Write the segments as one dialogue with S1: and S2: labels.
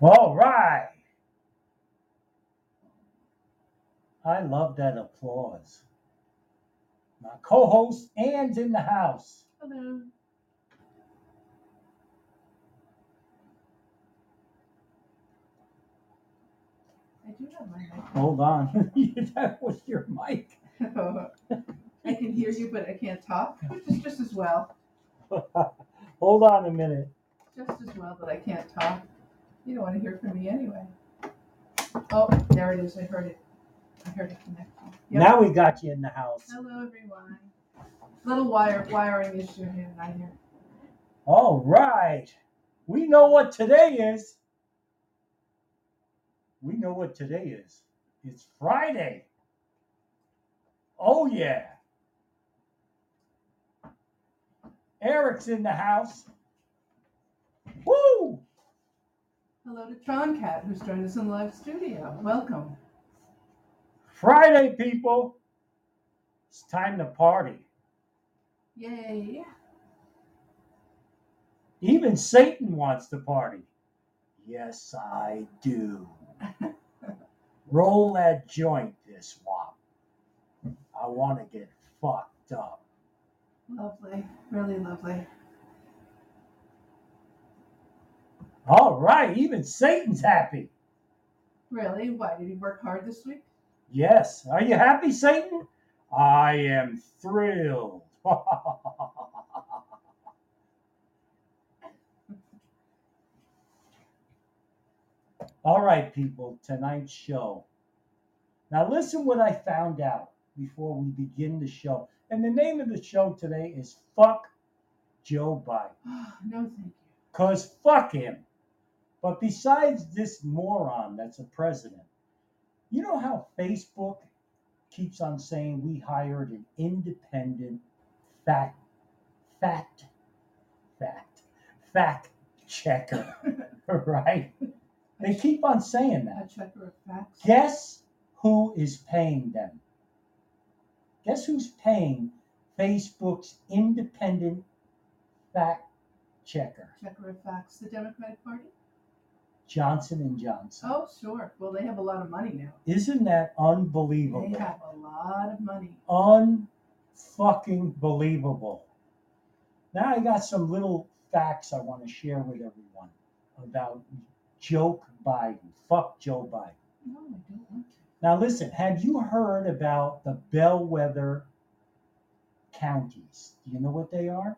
S1: All right. I love that applause. My co host Anne's in the house. Hello. I do have my mic. Hold on. that was your mic. I can hear you, but I can't talk, which is just as well. Hold on a minute. Just as well that I can't talk. You don't want to hear from me anyway. Oh, there it is. I heard it. I heard it connecting. Yep. Now we got you in the house. Hello, everyone. Little wire wiring issue here and I hear. All right. We know what today is. We know what today is. It's Friday. Oh yeah. Eric's in the house. Woo! Hello to Tron Cat, who's joined us in live studio. Welcome. Friday, people. It's time to party. Yay. Even Satan wants to party. Yes, I do. Roll that joint this wop. I want to get fucked up. Lovely. Really lovely. All right. Even Satan's happy. Really? Why? Did he work hard this week? Yes. Are you happy, Satan? I am thrilled. All right, people, tonight's show. Now, listen what I found out before we begin the show. And the name of the show today is Fuck Joe Biden. no, thank you. Because fuck him. But besides this moron that's a president, you know how Facebook keeps on saying we hired an independent fact, fact, fact, fact checker, right? They keep on saying that. A checker of facts. Guess who is paying them? Guess who's paying Facebook's independent fact checker? Checker of facts, the Democratic Party? Johnson and Johnson. Oh, sure. Well, they have a lot of money now. Isn't that unbelievable? They have a lot of money. Unfucking believable. Now I got some little facts I want to share with everyone about joke Biden. Fuck Joe Biden. No, I don't want to. Now listen, have you heard about the bellwether counties? Do you know what they are?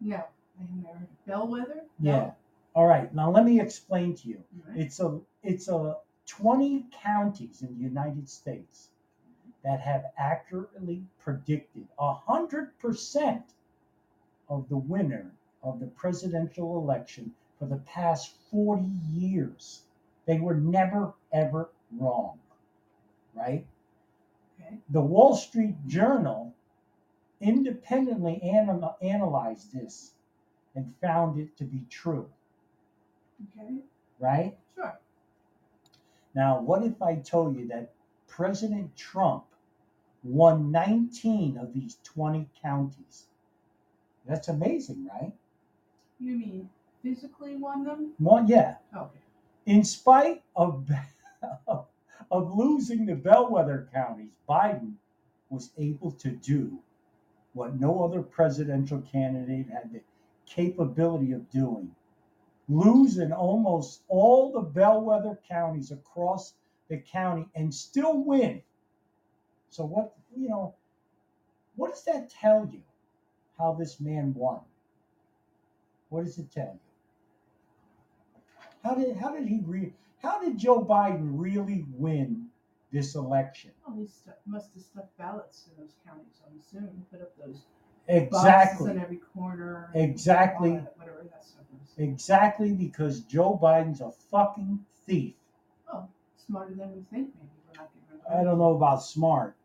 S1: No, I haven't heard. of Bellwether? Oh, No. Yeah. All right. Now let me explain to you. All right. It's a it's a 20 counties in the United States that have accurately predicted 100% of the winner of the presidential election for the past 40 years. They were never, ever wrong, right? Okay. The Wall Street Journal independently anal- analyzed this and found it to be true, okay. right? Sure. Now, what if I told you that President Trump won 19 of these 20 counties? That's amazing, right? You mean physically won them? One, yeah. Okay. In spite of of losing the bellwether counties, Biden was able to do what no other presidential candidate had the capability of doing. Lose in almost all the bellwether counties across the county and still win. So what you know, what does that tell you? How this man won? What does it tell you? How did how did he re, how did Joe Biden really win this election? Well, he stu- must have stuffed ballots in those counties. I'm assuming put up those exactly boxes in every corner. and all Exactly. that, whatever that stuff is. Exactly because Joe Biden's a fucking thief. Oh, smarter than we think. Maybe we're not getting rid of I don't know about smart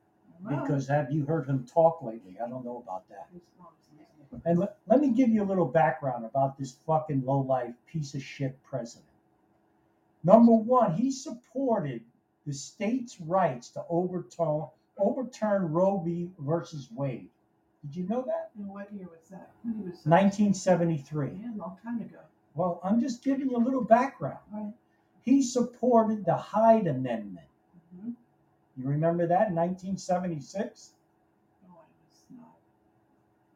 S1: Well- because have you heard him talk lately? I don't know about that. He's not, he's not. And let, let me give you a little background about this fucking low life piece of shit president. Number one, he supported the states' rights to overturn overturn Roe v. versus Wade. Did you know that? And what year was that? When he
S2: uh,
S1: was 1973. Yeah, a long time ago. Well, I'm just giving you a little background. Right. He supported the Hyde Amendment. Mm-hmm. You remember that in 1976?
S2: No, I was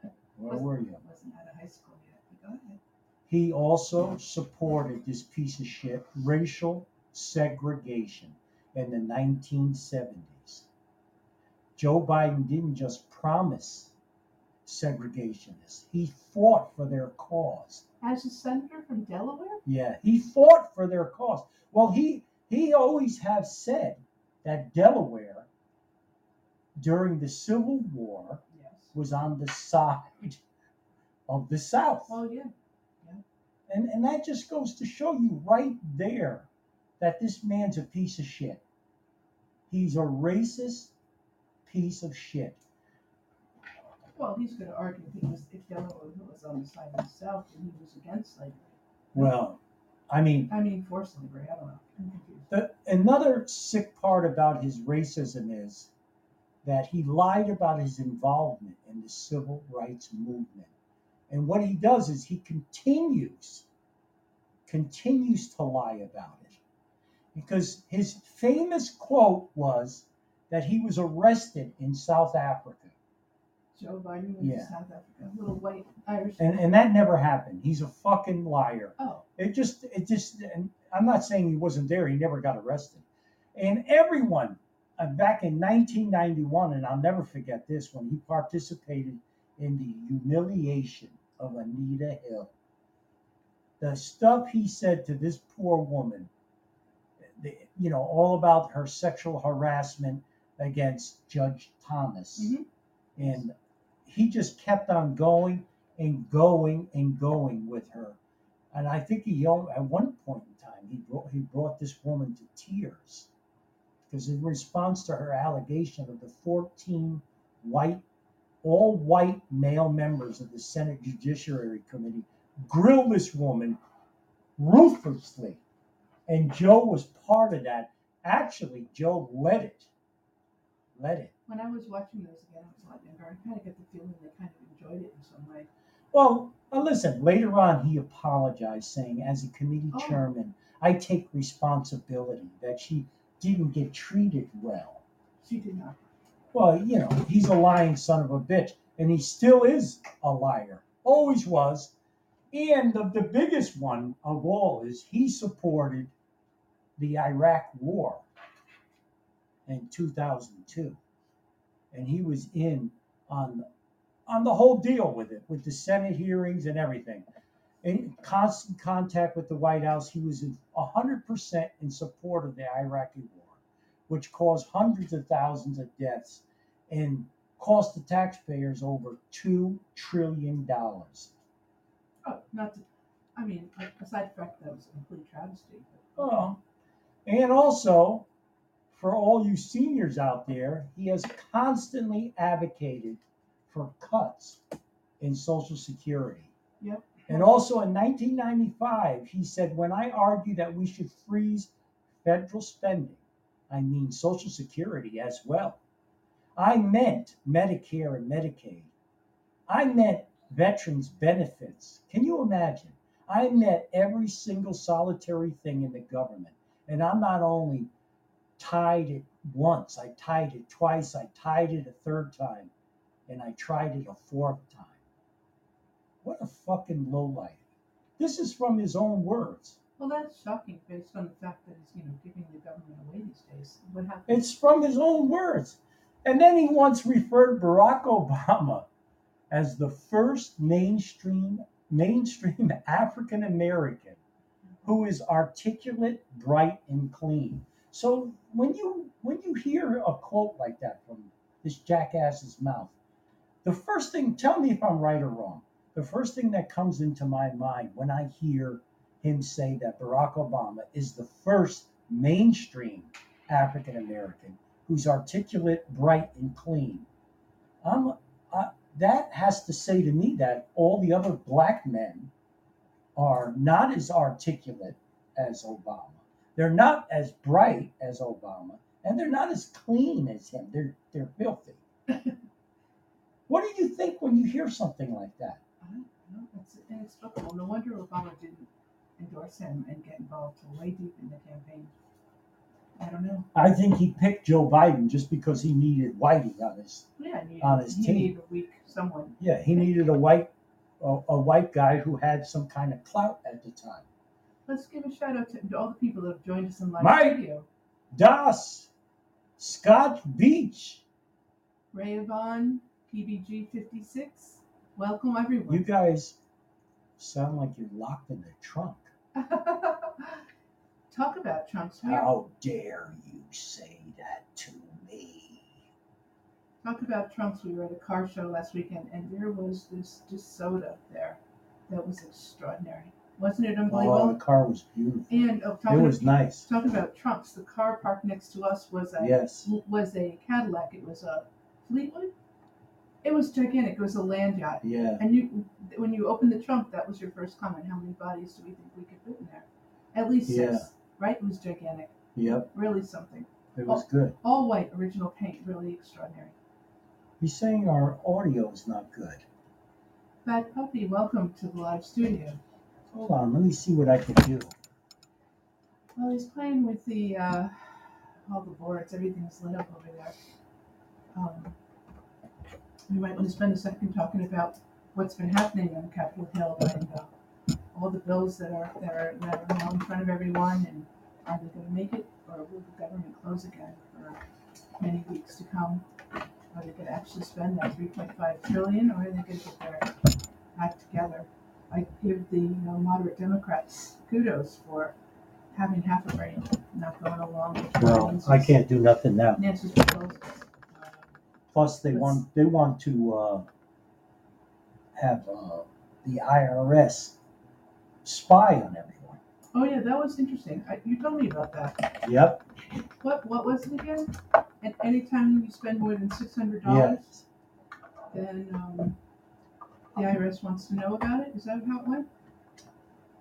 S2: not.
S1: Where were you?
S2: I wasn't out of high school yet, but go ahead.
S1: He also supported this piece of shit, racial segregation, in the 1970s. Joe Biden didn't just promise segregationists, he fought for their cause.
S2: As a senator from Delaware?
S1: Yeah, he fought for their cause. Well, he, he always has said that Delaware, during the Civil War,
S2: yes.
S1: was on the side of the South.
S2: Oh, yeah. yeah.
S1: And, and that just goes to show you right there that this man's a piece of shit. He's a racist piece of shit.
S2: Well, he's going to argue because if Delaware was on the side of the South and he was against slavery.
S1: Well, I mean,
S2: I mean, for slavery, I don't know.
S1: The, another sick part about his racism is that he lied about his involvement in the civil rights movement. And what he does is he continues, continues to lie about it. Because his famous quote was that he was arrested in South Africa.
S2: Joe Biden went yeah. South Africa, little white Irish.
S1: And, and that never happened. He's a fucking liar.
S2: Oh.
S1: It just, it just, and I'm not saying he wasn't there. He never got arrested. And everyone uh, back in 1991, and I'll never forget this when he participated in the humiliation of Anita Hill. The stuff he said to this poor woman, the, you know, all about her sexual harassment against Judge Thomas.
S2: Mm-hmm.
S1: And he just kept on going and going and going with her. And I think he at one point in time he brought he brought this woman to tears because in response to her allegation of the 14 white all white male members of the Senate Judiciary Committee grilled this woman ruthlessly. And Joe was part of that. Actually, Joe led it. Led it
S2: when I was watching those again, I was like, younger. I kind of get the feeling they kind of enjoyed it in some way.
S1: Well, uh, listen, later on, he apologized, saying, as a committee oh. chairman, I take responsibility that she didn't get treated well.
S2: She did not.
S1: Well, you know, he's a lying son of a bitch, and he still is a liar. Always was. And the, the biggest one of all is he supported the Iraq War in 2002 and he was in on on the whole deal with it, with the Senate hearings and everything. In constant contact with the White House, he was 100% in support of the Iraqi war, which caused hundreds of thousands of deaths and cost the taxpayers over $2 trillion.
S2: Oh, not to, I mean, aside from that, that was a complete travesty.
S1: But... Oh, and also, for all you seniors out there, he has constantly advocated for cuts in Social Security.
S2: Yep.
S1: And also in 1995, he said, When I argue that we should freeze federal spending, I mean Social Security as well. I meant Medicare and Medicaid. I meant veterans' benefits. Can you imagine? I meant every single solitary thing in the government. And I'm not only tied it once, I tied it twice, I tied it a third time, and I tried it a fourth time. What a fucking lowlife. This is from his own words.
S2: Well, that's shocking based on the fact that he's, you know, giving the government away these days. What happened?
S1: It's from his own words. And then he once referred Barack Obama as the first mainstream mainstream African American who is articulate, bright, and clean. So when you when you hear a quote like that from this jackass's mouth, the first thing tell me if I'm right or wrong. The first thing that comes into my mind when I hear him say that Barack Obama is the first mainstream African American who's articulate, bright, and clean. I'm, I, that has to say to me that all the other black men are not as articulate as Obama. They're not as bright as Obama, and they're not as clean as him. They're they're filthy. what do you think when you hear something like that?
S2: I don't know. It's inexplicable. No wonder Obama didn't endorse him and get involved till way deep in the campaign. I don't know.
S1: I think he picked Joe Biden just because he needed Whitey on his.
S2: Yeah, I need,
S1: On his
S2: you
S1: team.
S2: need a weak someone.
S1: Yeah, he needed a white, a, a white guy who had some kind of clout at the time.
S2: Let's give a shout out to all the people that have joined us in live
S1: Mike.
S2: studio.
S1: Das, Scott Beach.
S2: Rayavon, PBG56, welcome everyone.
S1: You guys sound like you're locked in the trunk.
S2: Talk about Trump's we are-
S1: How dare you say that to me?
S2: Talk about Trunks. We were at a car show last weekend, and there was this just soda there that was extraordinary. Wasn't it
S1: Oh, the
S2: unbelievable?
S1: car was beautiful.
S2: and oh,
S1: It
S2: talking,
S1: was nice.
S2: talking about Trunks, the car parked next to us was a
S1: Yes.
S2: was a Cadillac. It was a Fleetwood. It was gigantic. It was a land yacht.
S1: Yeah.
S2: And you, when you opened the trunk, that was your first comment. How many bodies do we think we could fit in there? At least
S1: Yeah.
S2: six, right? It was gigantic.
S1: Yep.
S2: Really something.
S1: It was good.
S2: All white original paint. Really extraordinary.
S1: He's saying our audio is not good.
S2: Bad puppy. Welcome to the live studio.
S1: Hold on. Let me see what I can do.
S2: Well, he's playing with the uh, all the boards. Everything's lit up over there. Um, we might want to spend a second talking about what's been happening on Capitol Hill and uh, all the bills that are that are, that are now in front of everyone, and are they going to make it, or will the government close again for many weeks to come? Are they going to actually spend that 3.5 trillion, or are they going to get their act together? I give the you know, moderate Democrats kudos for having half a brain, not going along with
S1: Well,
S2: Nancy's-
S1: I can't do nothing now.
S2: Nancy's proposals. Uh,
S1: Plus, they want they want to uh, have uh, the IRS spy on everyone.
S2: Oh yeah, that was interesting. I, you told me about that.
S1: Yep.
S2: What what was it again? At any time you spend more than six hundred dollars, then um, the IRS wants to know about it. Is that how it went?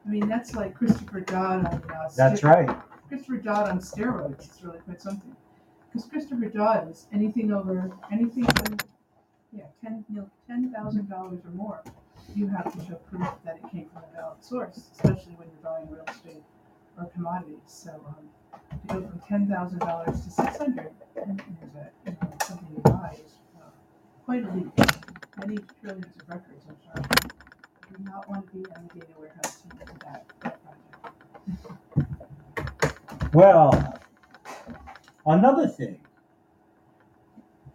S2: I mean, that's like Christopher Dodd on uh,
S1: That's
S2: Stick-
S1: right.
S2: Christopher Dodd on steroids. It's really quite something. Because Christopher Dodd is anything over anything from yeah ten mil ten thousand dollars or more, you have to show proof that it came from a valid source, especially when you're buying real estate or commodities. So um, to go from ten thousand dollars to six hundred is a, you know, something you buy is uh, quite a leap. Many trillions of records, I'm sure. You do not want to be on the data warehouse team for that, that project.
S1: Well, another thing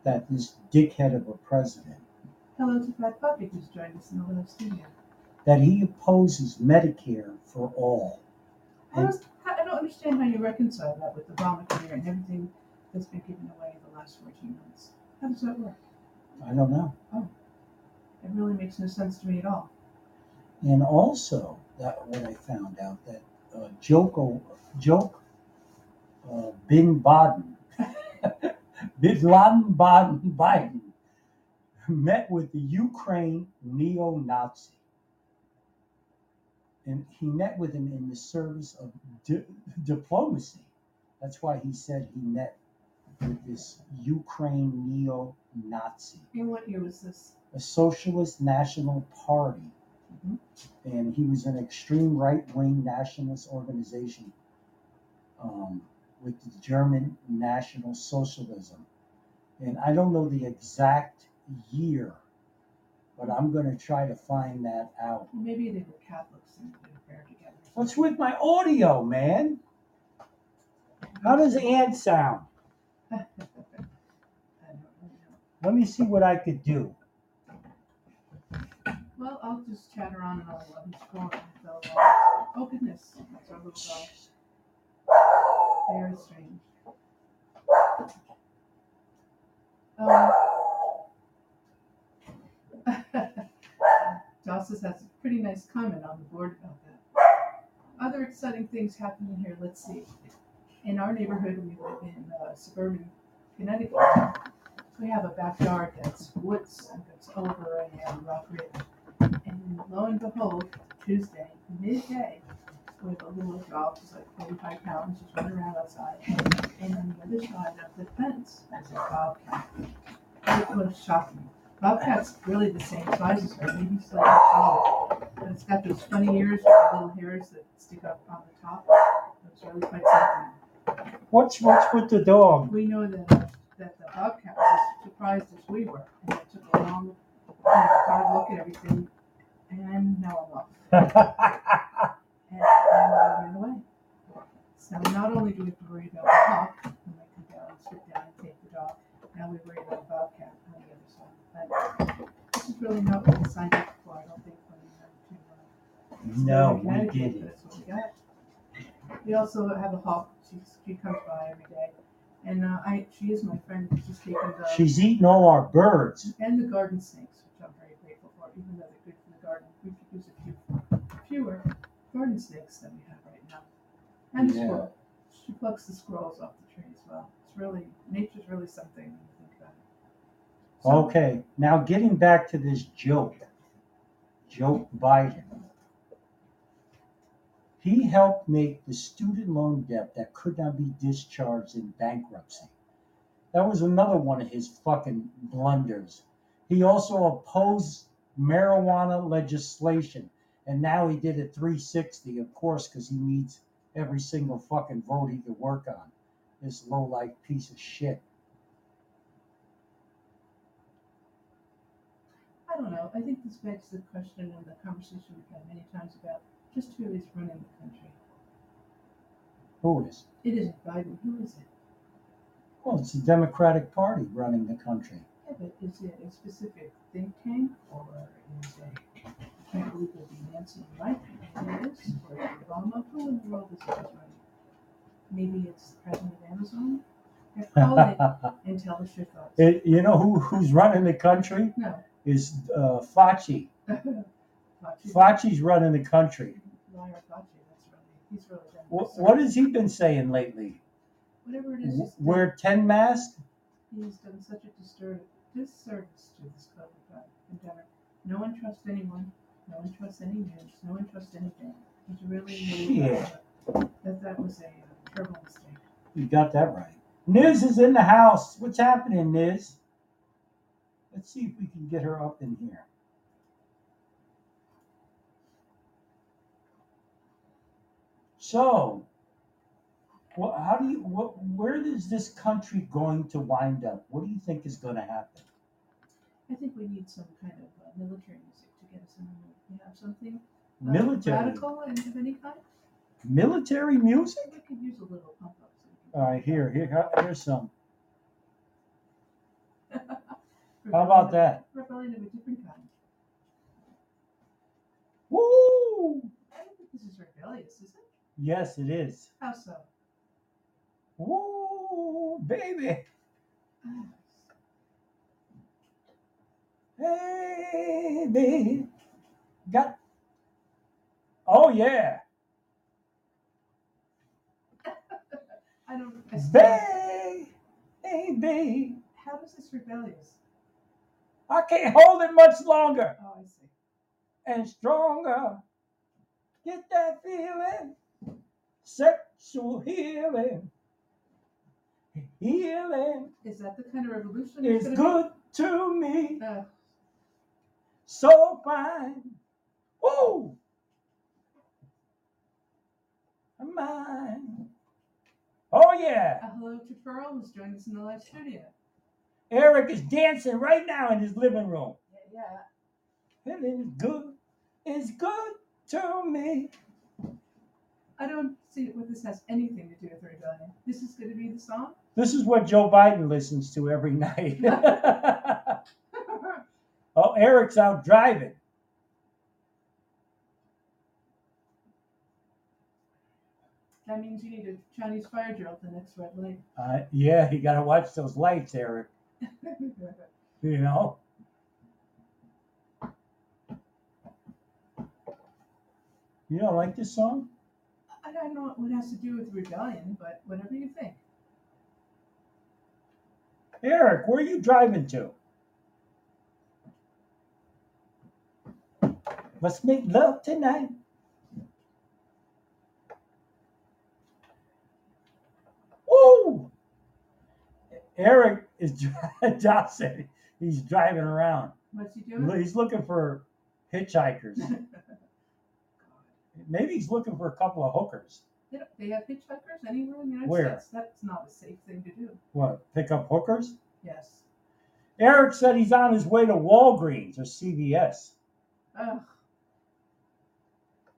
S1: that this dickhead of a president
S2: Hello to Fat Puppy who's joined us in the live studio.
S1: that he opposes Medicare for all.
S2: I, was, I don't understand how you reconcile that with Obamacare and everything that's been given away the last 14 months. How does that work?
S1: I don't know.
S2: It really makes no sense to me at all.
S1: And also, that what I found out that uh, Joko, Joke, uh, Bin Laden, Bin Laden, Baden, Biden, met with the Ukraine neo-Nazi, and he met with him in the service of di- diplomacy. That's why he said he met with this Ukraine neo-Nazi
S2: In what year was this?
S1: a socialist national party.
S2: Mhm.
S1: And he was an extreme right wing nationalist organization um, with the German National Socialism. And I don't know the exact year, but I'm going to try to find that out.
S2: Well, maybe they were Catholics and they were paired together.
S1: What's with my audio, man? How does Ant sound?
S2: I don't really know.
S1: Let me see what I could do.
S2: Well, I'll just chatter on and I'll let him score. So, uh, oh, goodness. That's our little dog. Very strange. Um, Jossis Um, has a pretty nice comment on the board about that. Other exciting things happening here. Let's see. In our neighborhood, we live in uh, suburban Connecticut. We have a backyard that's woods and that's over a um, rock ridge. And lo and behold, Tuesday, midday, with a little dog, she's like 45 pounds, she's running around outside. And on the other side of the fence is a bobcat. It was shocking. Bobcat's really the same size as her, maybe slightly taller. But it's got those funny ears with the little hairs that stick up on the top. It's really quite something.
S3: What's what's with the dog?
S2: We know that, uh, that the Bobcat was as surprised as we were. And it took a long, you know, hard look at everything. And now I'm off. And I ran away. So not only do we have to worry about the hawk when they come down and sit down and take the dog, now we worry about the bobcat on the other side. But this is really not what we signed up for, I don't think, when we went to. uh,
S3: no, we
S2: Connecticut,
S3: didn't.
S2: That's what we got. We also have a hawk, she, she comes by every day, and, uh, I, she is my friend, she's taken the,
S3: She's eating all our birds.
S2: and the garden snakes, which I'm very grateful for, even though they're good for the garden, we could use a few, fewer garden snakes than we have right now. And the
S3: Yeah.
S2: squirrel, she plucks the squirrels off the tree as well, it's really, nature's really something when you think about it. So-
S3: Okay, now getting back to this joke, joke Biden. He helped make the student loan debt that could not be discharged in bankruptcy. That was another one of his fucking blunders. He also opposed marijuana legislation, and now he did a 360, of course, because he needs every single fucking vote he could work on. This low life piece of shit.
S2: I don't know. I think this begs the question and the conversation we've had many times about just who is running the country.
S3: Who is?
S2: It isn't Biden. Who is it?
S3: Well, it's the Democratic Party running the country.
S2: Yeah, but is it a specific think tank or is it? I can't believe it'd be Nancy and Mike. Who is? Or is it Obama? Who in the world is it that's running? Maybe it's the president of Amazon. Yeah, Call it and tell us your thoughts.
S3: It- you know who, who's running the country?
S2: no.
S3: Is uh, Fauci.
S2: Fauci.
S3: Fauci's running the country.
S2: Liar Fauci. That's really he's really done.
S3: What,
S2: this.
S3: what has he been saying lately?
S2: Whatever it is.
S3: W-
S2: it's done.
S3: Wear 10 masks?
S2: He's done such a disturb- disservice to this COVID pa- pandemic. No one trusts anyone. No one trusts any news. No one trusts anything. It's really really bad. that that was a uh, terrible mistake.
S3: You got that right. Niz is in the house. What's happening, Niz? Let's see if we can get her up in here. So, what, how do you, what, where is this country going to wind up? What do you think is going to happen?
S2: I think we need some kind of uh, military music to get us in the mood. You have something uh,
S3: Military,
S2: radical and of any kind.
S3: military music.
S2: We could use a little pump up. so we can-
S3: All right, here, here, here's some. How
S2: Rebellion
S3: about
S2: of-
S3: that?
S2: Rebellion of a different kind.
S3: Woo!
S2: I don't think this is rebellious, is it?
S3: Yes, it is.
S2: How so?
S3: Woo, baby.
S2: Ah,
S3: Hey, baby. Got. Oh, yeah.
S2: I don't. I still,
S3: Baby.
S2: how is this rebellious?
S3: I can't hold it much longer
S2: Oh, I see.
S3: and stronger. Get that feeling. Sexual healing. Healing
S2: Is that the kind of revolution? it's
S3: is
S2: gonna
S3: good to me.
S2: be? Uh,
S3: So fine. Woo! Mine. Oh, yeah.
S2: a hello to Pearl who's joined us in the live studio.
S3: Eric is dancing right now in his living room.
S2: Yeah, yeah.
S3: It is good. It's good to me.
S2: I don't see what this has anything to do with the rebellion. This is going to be the song.
S3: This is what Joe Biden listens to every night. oh, Eric's out driving.
S2: that means you need a Chinese fire drill at the next red light.
S3: Uh, yeah, you got to watch those lights, Eric. You know? You don't like this song?
S2: I don't know what it has to do with rebellion, but whatever you think.
S3: Eric, where are you driving to? Let's make love tonight. Woo! Eric is Josh said he's driving around.
S2: What's he doing?
S3: He's looking for hitchhikers. Maybe he's looking for a couple of hookers.
S2: They, don't- they have hitchhikers anywhere in the United
S3: Where?
S2: States. That's not a safe thing to do.
S3: What? Pick up hookers?
S2: Yes.
S3: Eric said he's on his way to Walgreens or CVS.
S2: Ugh.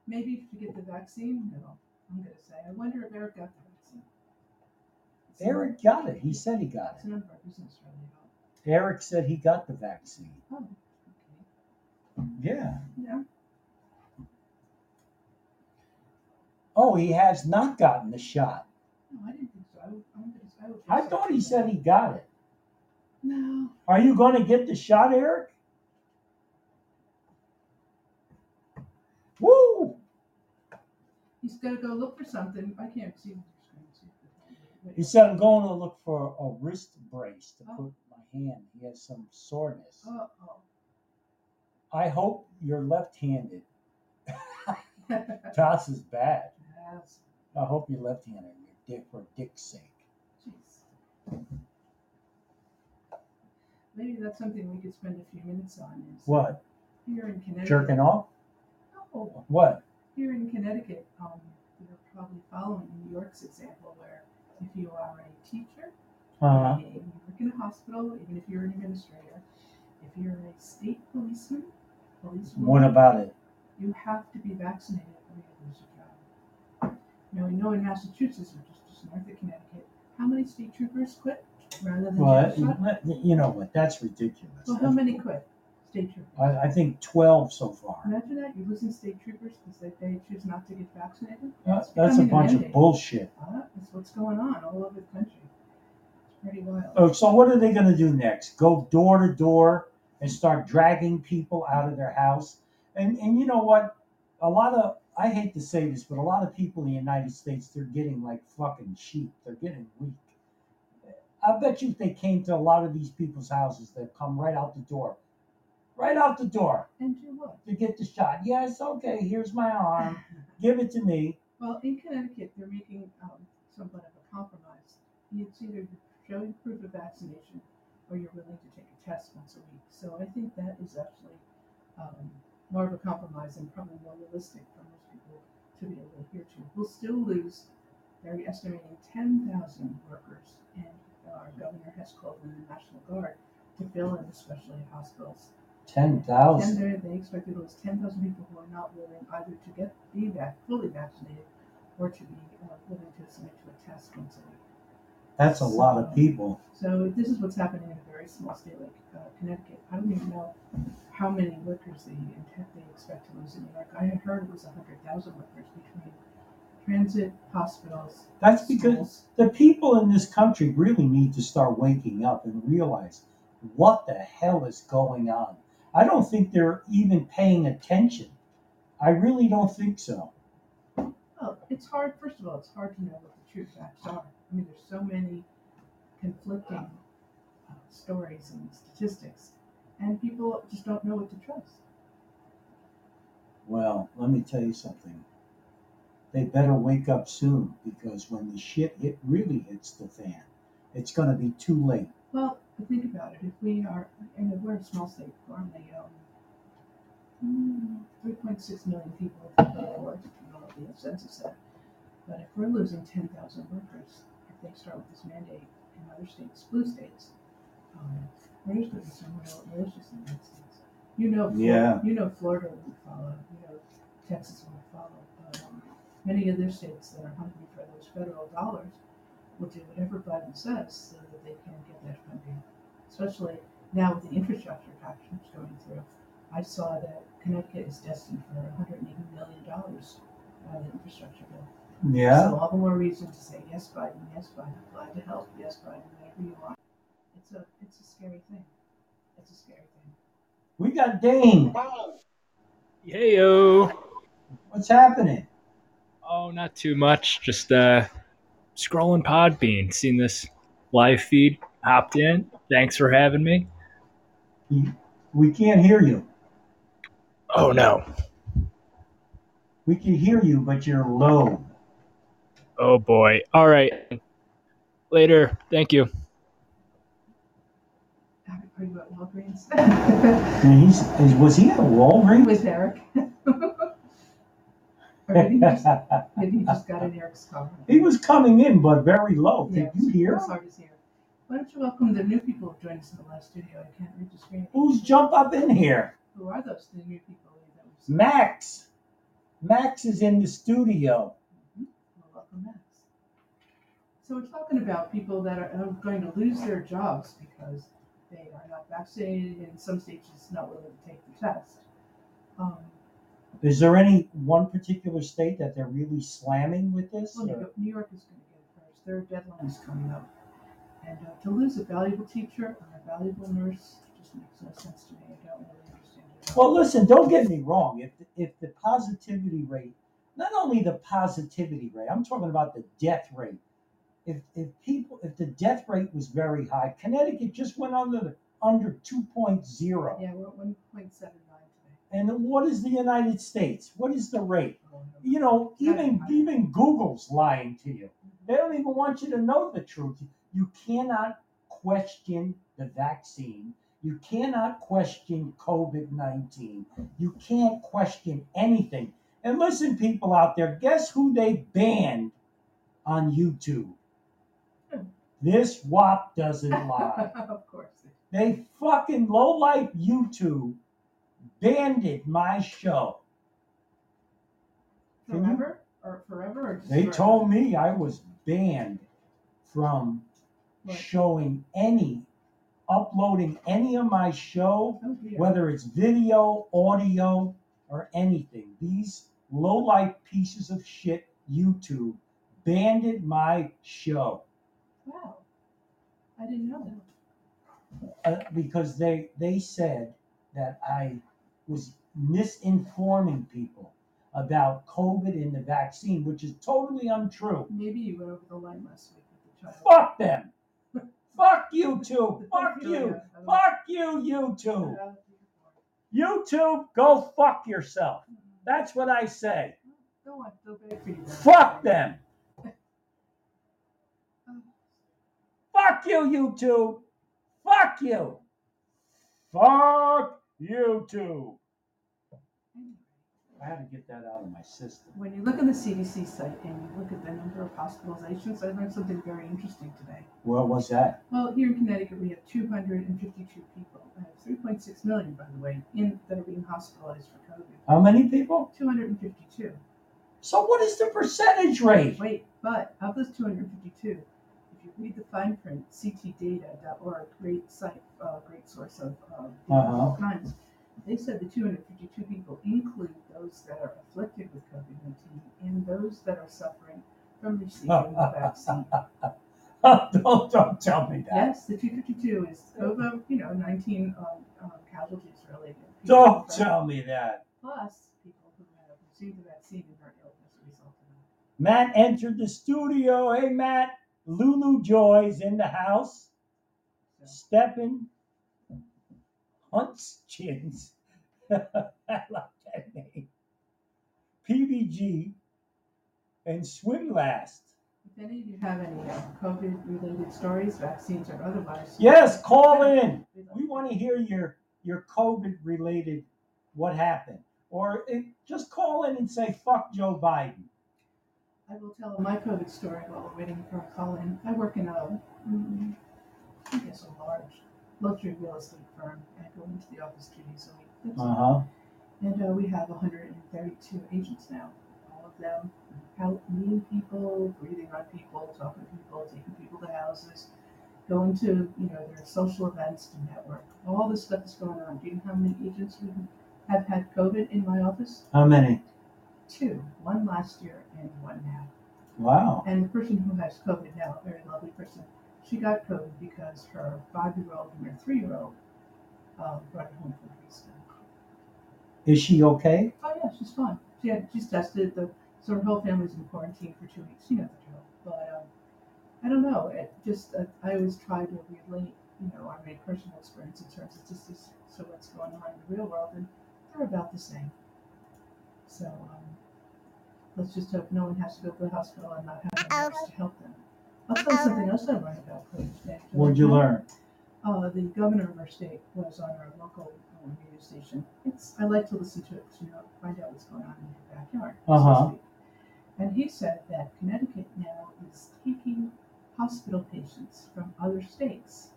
S2: Maybe if you get the vaccine, no. I'm gonna say. I wonder if Eric got the vaccine. It's none-
S3: Eric got it. He said he got
S2: It's
S3: it.
S2: none of our business really. at all.
S3: Eric said he got the vaccine.
S2: Oh,
S3: Yeah.
S2: okay. Yeah.
S3: Oh, he has not gotten the shot.
S2: No, I didn't think so. I would, I'm gonna, I would
S3: I
S2: think so.
S3: thought he said he got it.
S2: No.
S3: Are you going to get the shot, Eric? Woo!
S2: He's gonna go look for something. I can't see. what he's gonna see.
S3: He said, I'm going to look for a wrist brace to
S2: Oh.
S3: put my hand. He has some soreness.
S2: Uh oh.
S3: I hope you're left handed. Toss is bad.
S2: Yes.
S3: I hope you're left handed. Your dick for dick's sake.
S2: Jeez. Maybe that's something we could spend a few minutes on. Is
S3: What?
S2: Here in Connecticut.
S3: Jerking off?
S2: No.
S3: What?
S2: Here in Connecticut, um, you're probably following New York's example where if you are a teacher,
S3: Uh,
S2: if you work in a hospital, even if you're an administrator, if you're a state policeman,
S3: what
S2: policewoman,
S3: about it?
S2: you have to be vaccinated or you lose your job. Now, we know in Massachusetts, which is just north of Connecticut, how many state troopers quit rather than
S3: Well,
S2: get shot?
S3: you know what? That's ridiculous.
S2: Well, how many quit? State troopers.
S3: I, I think 12 so far.
S2: Imagine that you're losing state troopers because they, they choose not to get vaccinated.
S3: That's, that's a
S2: becoming
S3: bunch of
S2: endemic.
S3: bullshit.
S2: Uh, That's what's going on all over the country. It's pretty wild.
S3: Oh, so what are they going to do next? Go door to door and start dragging people out of their house? And and you know what? A lot of I hate to say this, but a lot of people in the United States they're getting like fucking sheep. They're getting weak. I bet you if they came to a lot of these people's houses, they'd come right out the door, right out the door
S2: And do what?
S3: to get the shot. Yes, okay, here's my arm. Give it to me.
S2: Well, in Connecticut, they're making um, somewhat of a compromise. It's either showing proof of vaccination or you're willing to take a test once a week. So I think that is actually um, more of a compromise and probably more realistic for most people to be able to adhere to. We'll still lose, they're estimating 10,000 workers, and our governor has called in the National Guard to fill in, especially in hospitals.
S3: Ten thousand.
S2: Tender, they expected it was ten thousand people who are not willing either to get be vac- fully vaccinated or to be uh, willing to submit to a test once a week.
S3: That's a lot of people.
S2: So this is what's happening in a very small state like uh, Connecticut. I don't even know how many workers they intend, they expect to lose in New York. I had heard it was hundred thousand workers between transit, hospitals.
S3: That's because
S2: schools.
S3: the people in this country really need to start waking up and realize what the hell is going on. I don't think they're even paying attention. I really don't think so.
S2: Well, Oh, it's hard. First of all, it's hard to know what the true facts are. I mean, there's so many conflicting uh, stories and statistics, and people just don't know what to trust.
S3: Well, let me tell you something. They better wake up soon because when the shit hit really hits the fan, it's going to be too late.
S2: Well, but think about it. If we are, and we're a small state, we're only um, three point six million people. if you go forward, if you know what the census said. But if we're losing ten thousand workers, if they start with this mandate in other states, blue states, um, we're just going to be somewhere else religious in the United States. You know, Flo-
S3: Yeah.
S2: You know, Florida will follow. You know, Texas will follow. Um, many other states that are hungry for those federal dollars will do whatever Biden says so that they can get that funding, especially now with the infrastructure package that's going through. I saw that Connecticut is destined for $180 million out of the infrastructure bill. So all the more reason to say, yes, Biden, yes, Biden, glad to help, yes, Biden, whatever you want. It's a, it's a scary thing. It's a scary thing.
S3: We got Dane.
S4: Yayo.
S3: What's happening?
S4: Oh, not too much. Just uh, scrolling Podbean, seen this live feed, hopped in. Thanks for having me.
S3: We can't hear you.
S4: Oh no.
S3: We can hear you, but you're low.
S4: Oh boy. All right. Later. Thank you.
S2: Happy party about Walgreens.
S3: And he's, is, was he at a Walgreens?
S2: With Eric. Or did he just, did he just got in Eric's car?
S3: he was coming in, but very low. Did you hear?
S2: It's hard to see her. Why don't you welcome the new people who joined us in the last studio? I can't read the screen.
S3: Who's jump up in here?
S2: Who are those the new people? that we saw?
S3: Max. Max is in the studio.
S2: Mm-hmm. Well, welcome Max. So we're talking about people that are, are going to lose their jobs because they are not vaccinated and in some states it's not willing to take the test. Um,
S3: Is there any one particular state that they're really slamming with this?
S2: well, New
S3: or-
S2: York- New York is going to get it first. Their deadline is coming up. And uh, to lose a valuable teacher or a valuable nurse just makes no sense to me. I don't really understand it. at all.
S3: Well, listen, don't get me wrong. If if the positivity rate, not only the positivity rate, I'm talking about the death rate. If if people if the death rate was very high, Connecticut just went under the, under 2.0.
S2: yeah, we're at 1.79 today.
S3: And what is the United States? What is the rate?
S2: Oh, I don't know.
S3: You know, even
S2: Right.
S3: even Google's lying to you. They don't even want you to know the truth. You cannot question the vaccine. You cannot question COVID 19. You can't question anything. And listen, people out there, guess who they banned on YouTube?
S2: Hmm.
S3: This WAP doesn't lie.
S2: of course.
S3: they fucking low life YouTube banded my show. Can you-
S2: Forever? Or forever? Or just
S3: They
S2: forever?
S3: told me I was banned from
S2: What?
S3: showing any, uploading any of my show,
S2: Oh, dear.
S3: whether it's video, audio, or anything. These low life pieces of shit YouTube banded my show
S2: Wow. I didn't know that.
S3: uh, because they they said that I was misinforming people about COVID and the vaccine, which is totally untrue.
S2: Maybe you went over the line last week with the child.
S3: Fuck them. Fuck YouTube. Fuck you.
S2: Pedophilia. I don't-
S3: Fuck you, YouTube. YouTube, go fuck yourself. That's what I say.
S2: Go on, feel bad for you.
S3: Fuck them.
S2: Oh,
S3: Fuck you, YouTube. Fuck you. Fuck YouTube.
S2: anyway.
S3: I had to get that out of my system.
S2: When you look at the CDC site and you look at the number of hospitalizations, I learned something very interesting today.
S3: What was that?
S2: Well, here in Connecticut, we have 252 people. I have 3.6 million, by the way, in, that are being hospitalized for COVID.
S3: How many people?
S2: 252.
S3: So what is the percentage rate?
S2: Wait, but of those 252, if you read the fine print, ctdata.org, great site, uh, great source of uh, data of
S3: Uh-huh.
S2: all kinds, they said the 252 people include those that are afflicted with COVID 19 and those that are suffering from receiving the vaccine.
S3: don't, don't tell me that.
S2: Yes, the 252 is over, you know, 19 um, um, casualties related.
S3: Don't
S2: Plus-
S3: tell me that.
S2: Plus, people who have received the vaccine and are ill as a result of that.
S3: Matt entered the studio. Hey, Matt. Lulu Joy's in the house.
S2: So,
S3: Stephen Hunchins. I love that name. PBG and Swim Last.
S2: if any of you have any uh, COVID related stories, vaccines or otherwise,
S3: Yes, call in.
S2: We'd love
S3: We want to hear your your COVID related what happened, or it, just call in and say fuck Joe Biden.
S2: I will tell my COVID story while we're waiting for a call in. I work in a, mm, I guess, a large luxury real estate firm. I go into the office two days a week. That's all.
S3: huh.
S2: And uh, we have 132 agents now. All of them out meeting people, breathing on people, talking to people, taking people to houses, going to you know their social events to network. All this stuff is going on. Do you know how many agents we have had COVID in my office?
S3: How many?
S2: Two. One last year and one now.
S3: Wow.
S2: And the person who has COVID now, a very lovely person, she got COVID because her five year old and her three year old um, brought it home from Houston.
S3: Is she okay?
S2: Oh, yeah, she's fine. She had, she's tested. The, so her whole family's in quarantine for two weeks. You know the drill. But um, I don't know. It just uh, I always try to relate, you know, our made personal experience in terms of statistics to what's going on in the real world, and they're about the same. So um, let's just hope no one has to go to the hospital and not have a nurse to help them. I'll tell you something else I
S3: Mm-hmm.
S2: learned about COVID. today.
S3: What'd you learn?
S2: Uh, the governor of our state was on our local uh, on the radio station. It's I like to listen to it to know, find out what's going on in your backyard. so to
S3: Uh-huh.
S2: speak. And he said that Connecticut now is taking hospital patients from other states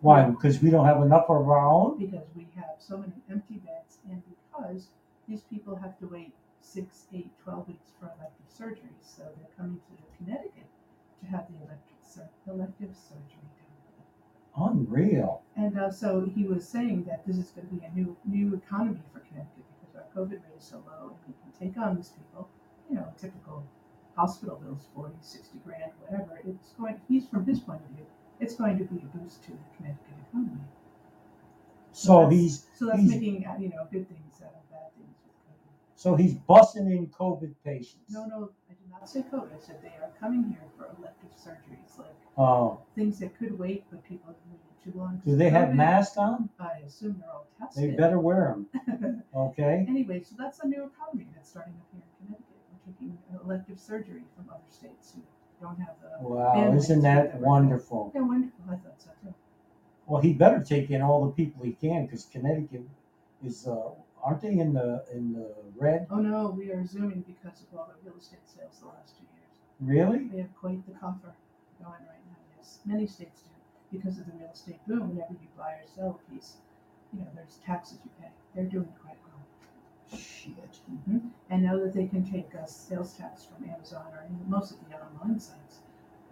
S3: Why? Because we don't have enough of our own.
S2: because we have so many empty beds and because these people have to wait six, eight, twelve weeks for elective surgery. So they're coming to Connecticut to have the elective, sur- elective surgery done.
S3: Unreal.
S2: And uh, so he was saying that this is going to be a new new economy for Connecticut because our COVID rate is so low and we can take on these people. You know, typical hospital bills, 40, 60 grand, whatever. It's going, he's from his point of view, it's going to be a boost to the Connecticut economy.
S3: So
S2: that's-
S3: he's
S2: So that's
S3: he's-
S2: making, uh, you know, good things out of bad things with COVID.
S3: so he's busting in COVID patients.
S2: No, no, I did not say COVID. I said they are coming here for elective surgeries, like
S3: Oh,
S2: things that could wait, but people have waited too long.
S3: do they have
S2: COVID.
S3: masks on?
S2: I assume they're all
S3: They
S2: tested.
S3: better wear them. Okay.
S2: Anyway, so that's a new economy that's starting up here in Connecticut. We're taking elective surgery from other states who don't have the.
S3: Wow,
S2: Families
S3: isn't that
S2: together.
S3: wonderful?
S2: They're wonderful. I thought so too.
S3: Well, he better take in all the people he can because Connecticut is. Uh, aren't they in the in the red?
S2: Oh no, we are zooming because of all the real estate sales the last two years.
S3: Really?
S2: We have quite the coffer going right now. Yes, many states do because of the real estate boom. Whenever you buy or sell a piece, you know there's taxes you pay. They're doing quite well.
S3: Shit.
S2: Mm-hmm. and know that they can take uh, sales tax from Amazon or any- most of the online sites.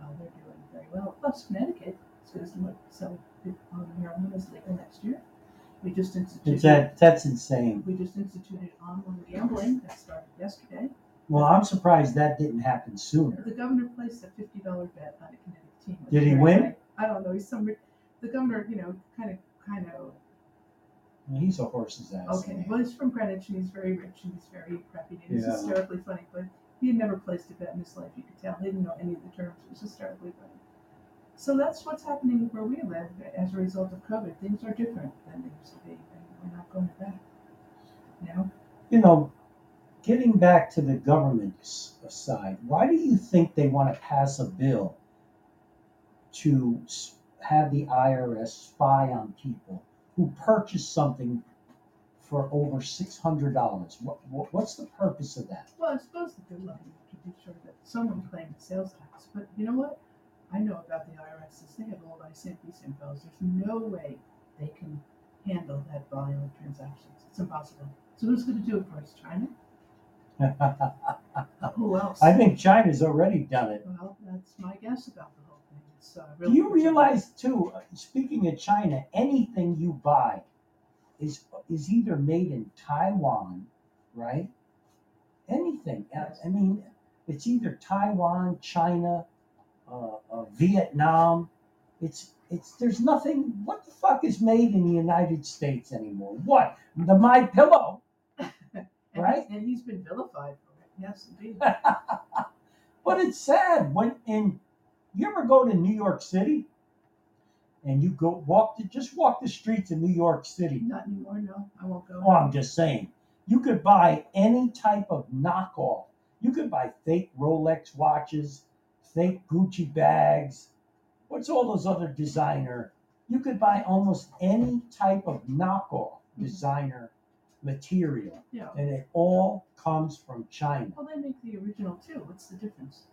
S2: Uh, they're doing very well. Plus, Connecticut is going to sell um, marijuana is legal next year. We just instituted
S3: It's that that's insane.
S2: we just instituted online gambling that started yesterday.
S3: Well, I'm surprised that didn't happen sooner.
S2: The governor placed a fifty dollar bet on a Connecticut team.
S3: Did he win?
S2: I don't know. He's some. ri- The governor, you know, kind of, kind of
S3: Well, he's a horse's ass.
S2: Okay,
S3: man.
S2: well, he's from Greenwich and he's very rich and he's very preppy and he's
S3: Yeah.
S2: hysterically funny, but he had never placed a bet in his life. You could tell he didn't know any of the terms. It was hysterically funny. So that's what's happening where we live as a result of COVID. Things are different than they used to be, and we're not going back. You know,
S3: you know, getting back to the government s- side, why do you think they want to pass a bill to s- have the IRS spy on people who purchase something for over six hundred dollars? What, what, what's the purpose of that?
S2: well, I suppose that they're looking to be sure that someone claimed sales tax, but you know what? I know about the IRS is they have all my these infos. There's no way they can handle that volume of transactions. It's impossible. So who's going to do it for us? China? Who else?
S3: I think China's already done it.
S2: well, that's my guess about the whole thing. It's, uh,
S3: Do
S2: really
S3: you realize too? uh, Speaking of China, anything you buy is is either made in Taiwan, right? Anything. I- I mean, it's either Taiwan, China, uh, uh, Vietnam. It's it's there's nothing. What the fuck is made in the United States anymore? What the My Pillow?
S2: and,
S3: right?
S2: And he's been vilified for it. Yes, indeed.
S3: But it's sad when in you ever go to New York City and you go walk the, just walk the streets in New York City.
S2: Not anymore. No, I won't go.
S3: Oh, I'm just saying, you could buy any type of knockoff. You could buy fake Rolex watches, fake Gucci bags. What's all those other designer? You could buy almost any type of knockoff
S2: Mhm.
S3: designer material,
S2: Yeah.
S3: and it all comes from China.
S2: Well, they make the original too. What's the difference?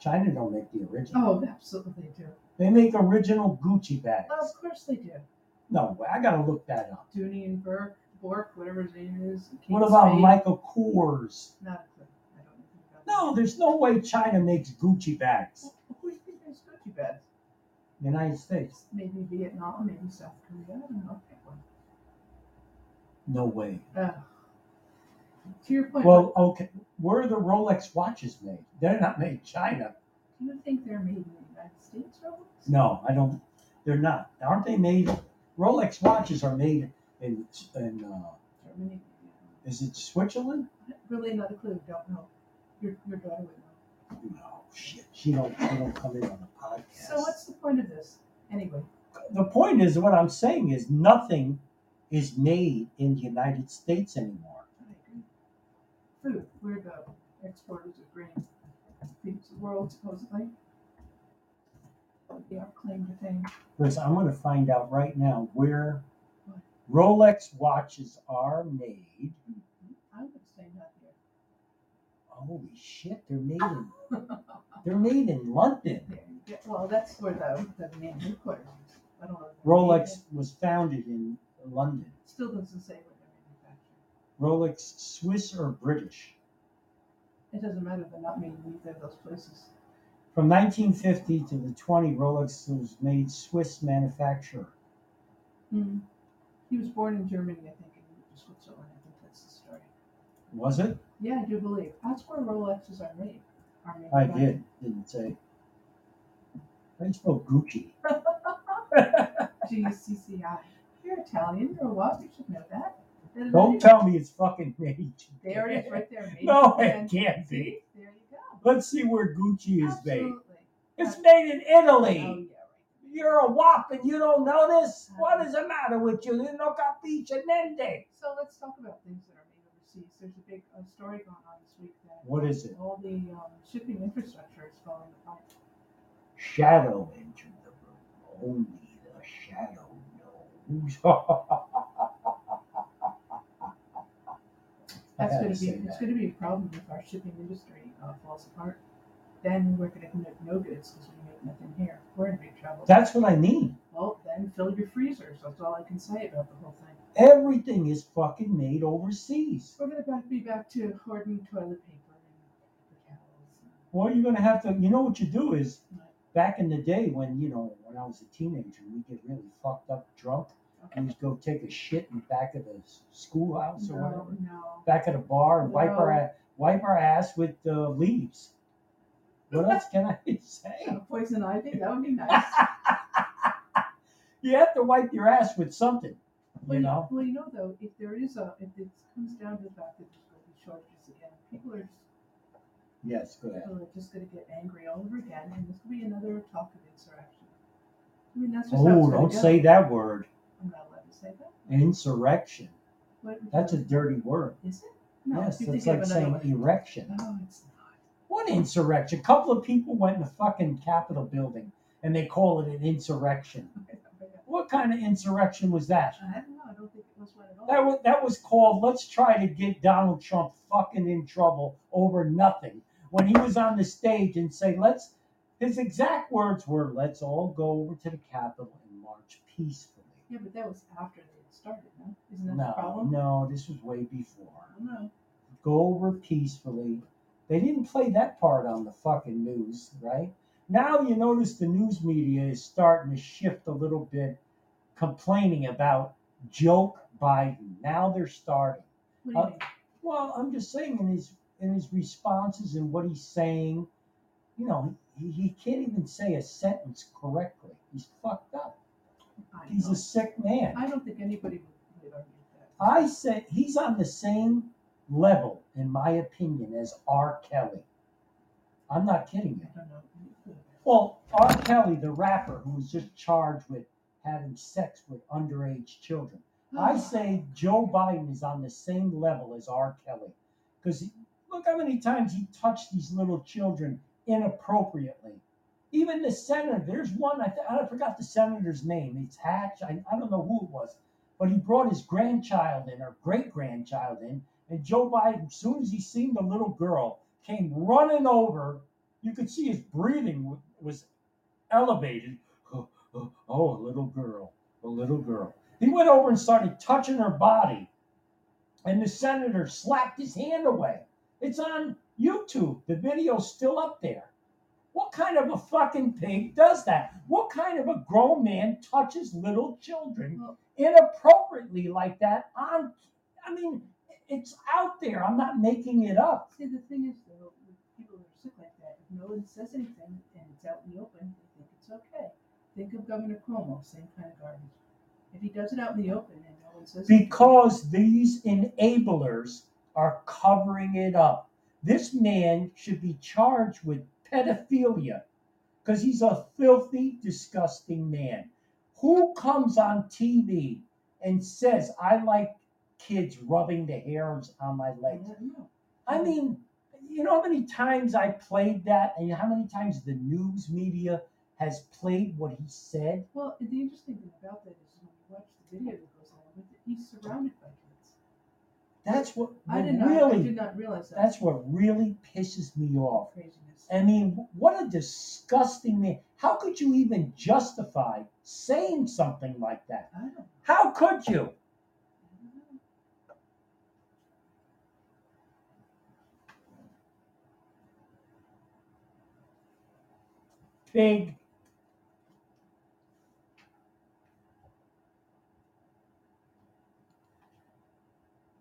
S3: China don't make the original.
S2: Oh, absolutely they do.
S3: They make original Gucci bags.
S2: Of course they do.
S3: No, I gotta look that up.
S2: Dooney and Burke, Bork, whatever his name is. and
S3: What
S2: Kate
S3: about
S2: Spade.
S3: Michael Kors?
S2: Not a clue. I don't know anything about
S3: No, there's no way China makes Gucci bags.
S2: Who- Who's the first Gucci bags?
S3: United States,
S2: Maybe Vietnam, maybe South Korea. I don't know. Pick one.
S3: no way.
S2: Uh, to your point,
S3: Well, okay, where are the Rolex watches made? They're not made in China.
S2: do you think they're made in the United States, Robert?
S3: No, I don't. They're not. Aren't they made? Rolex watches are made in in uh,
S2: Germany.
S3: is it Switzerland?
S2: Really, not a clue. Don't know. Your, your daughter would know.
S3: No, shit. She don't. She don't come in on the podcast.
S2: So what's the point of this anyway?
S3: the point is what I'm saying is nothing is made in the United States anymore.
S2: I agree. Food. We're the exporters of grain. Feeds the world supposedly. That would be our claim to fame.
S3: Because I'm going to find out right now where Rolex watches are made.
S2: "Hmm, I would say not here.
S3: Holy shit, they're made in they're made in London.
S2: There you go. Well, that's where the, the main headquarters is. I don't know. if they're
S3: Rolex
S2: made
S3: was founded in London.
S2: in- Still doesn't say what they're manufactured.
S3: Rolex Swiss or British.
S2: It doesn't matter, they're not made in either of those places.
S3: From 1950 to the 20, Rolex was made Swiss manufacturer.
S2: Hmm. He was born in Germany, I think, and moved to Switzerland. I think that's the story.
S3: Was it?
S2: Yeah, I do believe. That's where Rolexes are made. Are made
S3: I
S2: by-
S3: did, didn't say. I spoke Gucci.
S2: GCCI. You're Italian, you're what? You should know that. And
S3: Don't
S2: then-
S3: tell me it's fucking made.
S2: There it is, right there. Made
S3: No,
S2: in
S3: it
S2: France.
S3: can't be.
S2: See? There you go.
S3: Let's see where Gucci is made.
S2: Absolutely.
S3: It's made in
S2: Oh,
S3: Italy.
S2: yeah, right.
S3: You're a wop and you don't notice? What is the matter with you? You no capisce niente.
S2: So let's talk about things that are made overseas. There's a big uh, story going on this week that
S3: What is it?
S2: all the um, shipping infrastructure is falling apart.
S3: Shadow entered the room. Only the shadow knows. I
S2: That's going
S3: had to
S2: to be
S3: say
S2: it's
S3: that.
S2: going to be a problem if our shipping industry uh, falls apart. Then we're going to make no goods because we make nothing here. We're in big trouble.
S3: That's what I mean.
S2: well, then fill your freezers. That's all I can say about the whole thing.
S3: Everything is fucking made overseas.
S2: We're going to back, be back to hoarding toilet paper and paper towels. and-
S3: Well, you're gonna have to. You know what you do is back in the day when you know when I was a teenager, we get really fucked up, drunk, and we'd go take a shit in the back of the s- schoolhouse or
S2: no,
S3: whatever,
S2: no.
S3: back of the bar, and wipe our
S2: No.
S3: a- wipe our ass with uh, leaves. What else can I say?
S2: Uh, poison ivy, that would be nice.
S3: You have to wipe your ass with something,
S2: Well,
S3: you know.
S2: Well, you know, though, if there is a, if it comes down to the fact that there's going to be shortages again, people are just
S3: Yes, go ahead.
S2: people are just going to get angry all over again, and this will be another talk of insurrection. I mean, that's just how it's
S3: Oh,
S2: gonna
S3: don't
S2: go.
S3: say that word.
S2: I'm not allowed to say that.
S3: Insurrection.
S2: What would
S3: That's a
S2: you-
S3: dirty word.
S2: Is it? No,
S3: yes,
S2: you're
S3: that's
S2: thinking
S3: like
S2: of
S3: saying
S2: another one.
S3: erection.
S2: No, it's not.
S3: What insurrection? A couple of people went in the fucking Capitol building and they call it an insurrection. What kind of insurrection was that?
S2: I don't know. I don't think it was one at all.
S3: That was, that was called, let's try to get Donald Trump fucking in trouble over nothing. When he was on the stage and say, let's, his exact words were, let's all go over to the Capitol and march peacefully.
S2: yeah, but that was after they had started. No, isn't that the
S3: No,
S2: problem?
S3: no, this was way before.
S2: I don't know.
S3: go over peacefully. They didn't play that part on the fucking news, right? Now you notice the news media is starting to shift a little bit, complaining about joke Biden. Now they're starting.
S2: What do you
S3: Uh,
S2: mean?
S3: Well, I'm just saying in his in his responses and what he's saying, you know, he, he can't even say a sentence correctly. He's fucked up.
S2: I
S3: He's a
S2: don't-
S3: sick man.
S2: I don't think anybody would, would argue that.
S3: I say he's on the same level, in my opinion, as R. Kelly. I'm not kidding you.
S2: I don't know.
S3: Well, R. Kelly, the rapper who was just charged with having sex with underage children, I
S2: Um,
S3: say Joe Biden is on the same level as R. Kelly. Because look how many times he touched these little children inappropriately. Even the senator, there's one, I, th- I forgot the senator's name. It's Hatch. I, I don't know who it was. But he brought his grandchild in, or great grandchild in. And Joe Biden, as soon as he seen the little girl, came running over. You could see his breathing w- was elevated. Oh, oh, oh, a little girl, a little girl. He went over and started touching her body, and the senator slapped his hand away. It's on YouTube. The video's still up there. What kind of a fucking pig does that? What kind of a grown man touches little children
S2: Well-
S3: inappropriately like that? On, I mean, it's out there. I'm not making it up.
S2: See, the thing is, though, with people that are sick like that, if no one says anything and it's out in the open, they think it's okay. Think of Governor Cuomo, same kind of garbage. If he does it out in the open and no one says anything-
S3: because these enablers are covering it up. This man should be charged with pedophilia because he's a filthy, disgusting man. Who comes on TV and says, I like kids rubbing the hairs on my
S2: I
S3: legs?
S2: don't know.
S3: I mean, you know how many times I played that and how many times the news media has played what he said?
S2: Well, the interesting thing about that is when you watch the video that goes along with it, He's surrounded by kids.
S3: That's what,
S2: I
S3: what
S2: did not. I
S3: really
S2: did not realize that.
S3: that's what really pisses me off.
S2: craziness.
S3: I mean, what a disgusting man. How could you even justify saying something like that?
S2: I don't.
S3: How could
S2: I
S3: you?
S2: don't know.
S3: Big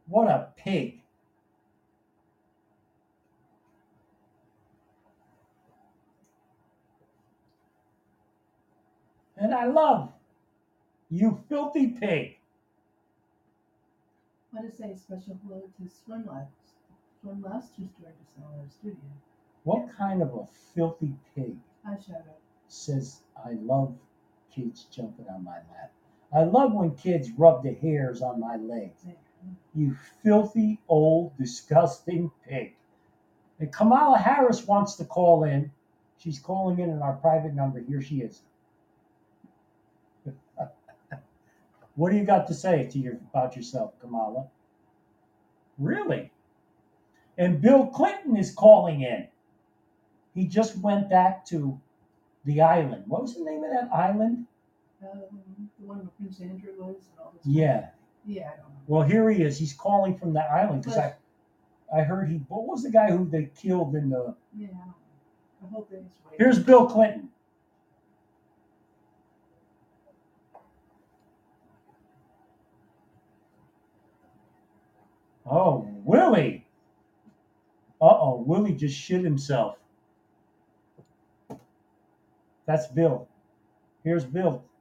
S3: What a pig. And I love you filthy pig.
S2: Want to say a special hello to Swim Labs. Swim Labs who's joined us in our studio.
S3: What kind of a filthy pig
S2: Hi, Shadow.
S3: says, I love kids jumping on my lap. I love when kids rub their hairs on my legs. You filthy, old, disgusting pig. And Kamala Harris wants to call in. She's calling in on our private number. Here she is. what do you got to say to your, about yourself, Kamala? Really? And Bill Clinton is calling in. He just went back to the island. What was the name of that island?
S2: Um, the one with Prince Andrew lives and all this.
S3: Yeah.
S2: Yeah, I don't know.
S3: Well, here he is. He's calling from that island because I,
S2: But-
S3: I heard he. What was the guy who they killed in the?
S2: Yeah, I don't know. The whole thing is weird.
S3: Here's Bill Clinton. Oh, Willie. Uh oh, Willie just shit himself. That's Bill. Here's Bill.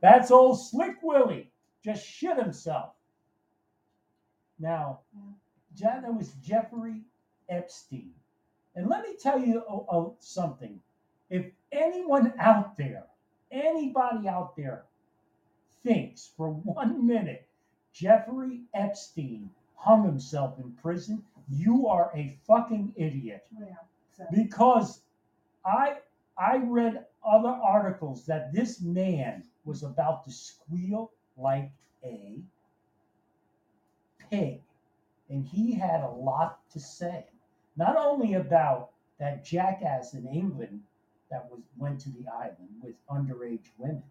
S3: That's old Slick Willie. Just shit himself. Now, Ja- that was Jeffrey Epstein. And let me tell you oh, oh, something. If anyone out there, anybody out there, thinks for one minute Jeffrey Epstein hung himself in prison, you are a fucking idiot
S2: Yeah, so,
S3: because I I read other articles that this man was about to squeal like a pig, and he had a lot to say, not only about that jackass in England that was went to the island with underage women,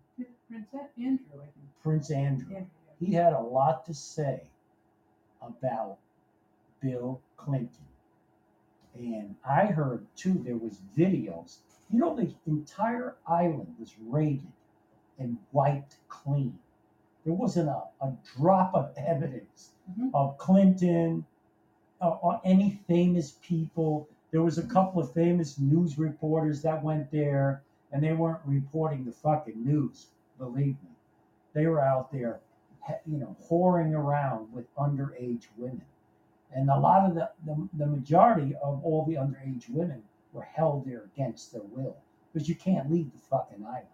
S2: Prince Andrew, I think.
S3: Prince Andrew
S2: Andrew, yeah.
S3: he had a lot to say about Bill Clinton. And I heard too, there was videos. You know, the entire island was raided and wiped clean. There wasn't a, a drop of evidence
S2: Mhm.
S3: of Clinton or, or any famous people. There was a couple of famous news reporters that went there, and they weren't reporting the fucking news. Believe me, they were out there he- you know, whoring around with underage women. And a lot of the, the, the majority of all the underage women were held there against their will because you can't leave the fucking island.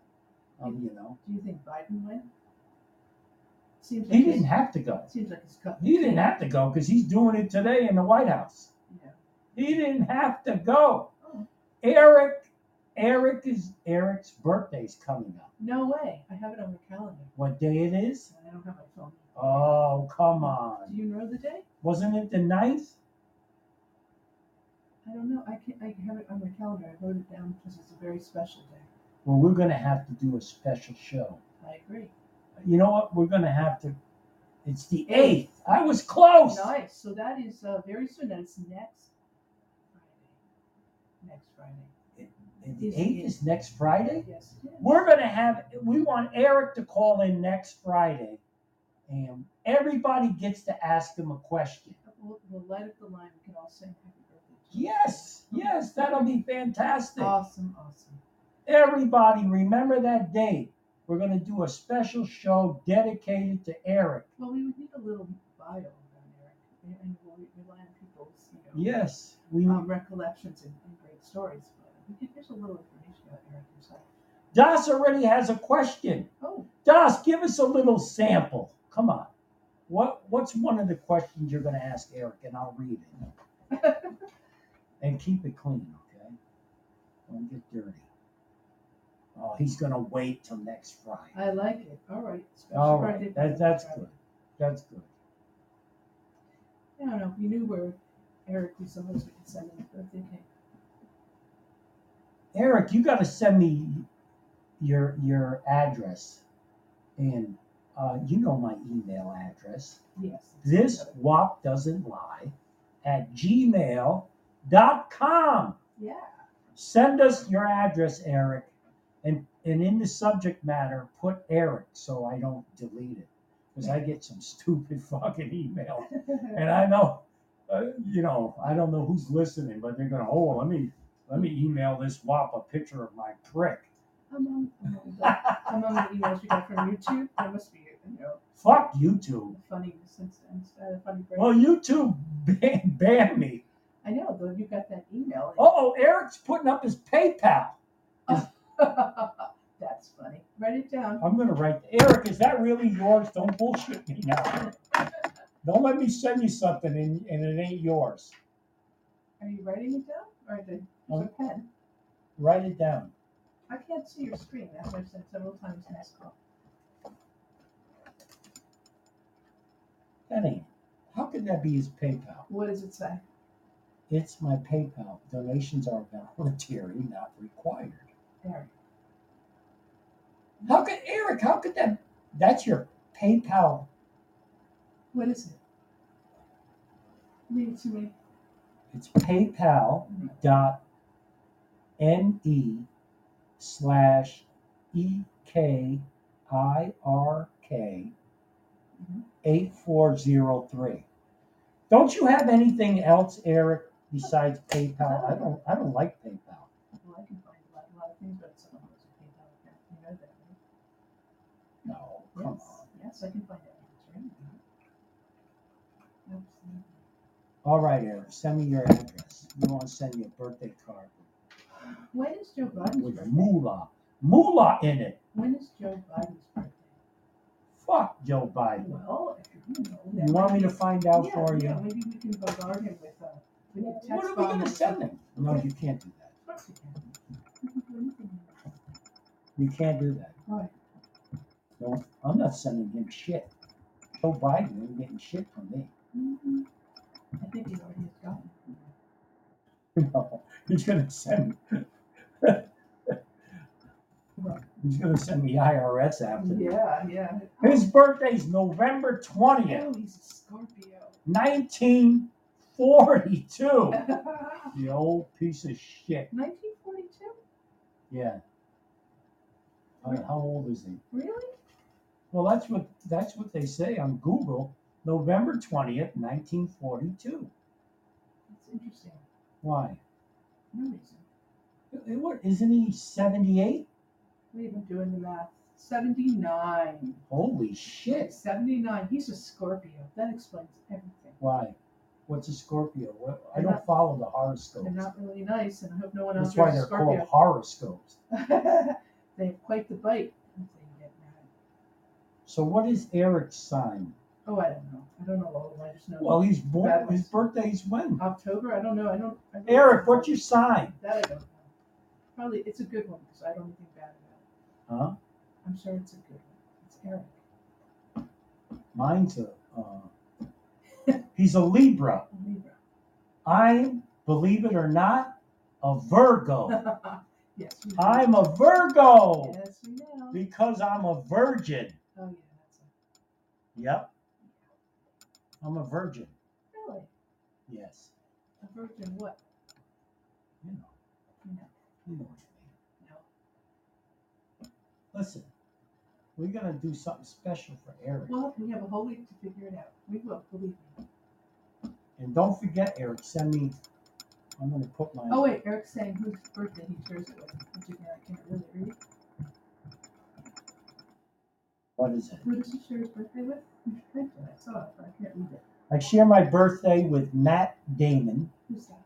S3: Um, you know,
S2: Do you think Biden went? Seems
S3: he
S2: his-
S3: didn't have to go.
S2: Seems like his cup.
S3: He didn't have to go because he's doing it today in the White House.
S2: Yeah.
S3: He didn't have to go.
S2: Oh,
S3: Eric, Eric is Eric's birthday's coming up.
S2: no way. I have it on my calendar.
S3: What day it is?
S2: and I don't have my phone.
S3: Oh, come
S2: Do
S3: on!
S2: you know the day?
S3: Wasn't it the ninth?
S2: I don't know. I can I have it on my calendar. I wrote it down because it's a very special day.
S3: Well, we're gonna have to do a special show.
S2: I agree.
S3: You know what? We're gonna have to. It's the eighth. I was close.
S2: Nice. So that is uh, very soon. That is next Friday. Next Friday.
S3: And the eighth is next Friday.
S2: Yes. it is.
S3: We're gonna have. We want Eric to call in next Friday, and everybody gets to ask him a question.
S2: We'll, we'll light up the line. We can all sing happy birthday. to you.
S3: Yes, yes, that'll be fantastic.
S2: Awesome. Awesome.
S3: Everybody, remember that date. We're gonna do a special show dedicated to Eric.
S2: Well, we would need a little bio on Eric, and- and we'll rely on people's you know
S3: Yes, we
S2: um, recollections and, and great stories. But we could there's a little information about Eric himself.
S3: Das already has a question.
S2: Oh,
S3: Das, give us a little sample. Come on. What what's one of the questions you're gonna ask Eric and I'll read it. and keep it clean, okay? Don't get dirty. Oh, he's going to wait till next Friday.
S2: I like it. All right. Special
S3: All
S2: Friday
S3: right, that,
S2: dinner.
S3: that's good. That's good.
S2: I don't know. If you knew where Eric was supposed to send him a birthday cake.
S3: Eric, you got to send me your your address, and uh, you know my email address.
S2: Yes.
S3: This wop doesn't lie at gmail.com.
S2: Yeah.
S3: Send us your address, Eric, and and in the subject matter put Eric so I don't delete it because I get some stupid fucking email and I know, uh, you know, I don't know who's listening, but they're gonna, oh, let me, let me email this wop a picture of my prick.
S2: among, among, the, among the emails we got from YouTube, there must be you know
S3: Fuck YouTube.
S2: funny since instead of funny break.
S3: Well, YouTube ban, banned me.
S2: I know though you got that email.
S3: Oh, Eric's putting up his PayPal.
S2: That's funny. Write it down.
S3: I'm gonna write. Eric, is that really yours? Don't bullshit me now. Don't let me send you something and, and it ain't yours.
S2: Are you writing it down or the
S3: Oh.
S2: a pen?
S3: Write it down.
S2: I can't see your screen. That's what I've said several times in this call.
S3: That ain't. How could that be his PayPal?
S2: What does it say?
S3: It's my PayPal. Donations are voluntary, not required.
S2: There.
S3: How could Eric? How could that? That's your PayPal.
S2: What is it? Read it to me.
S3: It's PayPal dot me slash e k i r k eight four zero three. Don't you have anything else, Eric, besides PayPal? I don't. I don't like PayPal.
S2: Well, I can find a lot, a lot of things, but some of those are paid out. You know that, right?
S3: No, come
S2: Yes,
S3: on.
S2: yes, I can find out. It's right now. Absolutely.
S3: All right, Eric, send me your address. We want to send you a birthday card
S2: When is Joe Biden's
S3: with
S2: birthday?
S3: moolah, moolah in it.
S2: When is Joe Biden's birthday?
S3: Fuck Joe Biden.
S2: Well, if you know. that
S3: You want me
S2: might
S3: to
S2: be-
S3: find out
S2: Yeah,
S3: for
S2: Yeah,
S3: you?
S2: maybe we can bombard him with, uh, we can text
S3: What are we
S2: bomb
S3: gonna
S2: him.
S3: send them? No, you can't do that.
S2: Of course we can. We can do anything.
S3: We can't do that.
S2: All right,
S3: No, I'm not sending him shit. Joe Biden ain't getting shit from me.
S2: Mhm. I think he already has gotten. it.
S3: No, he's gonna send. He's gonna send me IRS after. me.
S2: Yeah, yeah.
S3: His birthday's November twentieth,
S2: Oh, he's a Scorpio.
S3: nineteen forty-two.
S2: Nineteen
S3: The old piece of shit.
S2: forty-two?
S3: Yeah. I mean, how old is he?
S2: Really?
S3: Well, that's what that's what they say on Google. November twentieth, nineteen forty-two.
S2: That's interesting.
S3: Why?
S2: No reason.
S3: It- What isn't he 78?
S2: We're even doing the math. 79.
S3: Holy shit.
S2: 79. He's a Scorpio. That explains everything.
S3: Why? What's a Scorpio? What, I
S2: They're
S3: don't
S2: not-
S3: follow the
S2: They're
S3: horoscopes.
S2: not really nice, and I hope no one else
S3: That's why
S2: is a
S3: they're called
S2: Scorpio.
S3: horoscopes.
S2: they have quite the bite. if they get mad.
S3: So what is Eric's sign?
S2: Oh, I don't know. I don't know all of them. I just know
S3: Well, he's born.
S2: Fabulous.
S3: His birthday's when?
S2: October. I don't know. I don't. I don't
S3: Eric, what's your sign?
S2: That I don't know. Probably it's a good one because I don't think bad about it.
S3: Huh?
S2: I'm sure it's a good one. It's Eric.
S3: Mine's a. Uh, he's a Libra.
S2: a Libra.
S3: I'm, believe it or not, a Virgo.
S2: yes. We know.
S3: I'm a Virgo
S2: Yes, we know.
S3: because I'm a virgin.
S2: Oh yeah, that's it.
S3: Yep. I'm a virgin.
S2: Really?
S3: Yes.
S2: A virgin? What?
S3: You know,
S2: You know.
S3: you know what I
S2: No.
S3: mean. Listen, we're gonna do something special for Eric,
S2: Well, we have a whole week to figure it out. We will, believe me.
S3: and don't forget, Eric, send me. I'm gonna put my.
S2: Oh wait, Eric's saying whose birthday he shares it with, which again I can't really read.
S3: What is it?
S2: Who does he share his birthday with? You should type it. I saw it, but I can't read it.
S3: I share my birthday with Matt Damon,
S2: Who's that?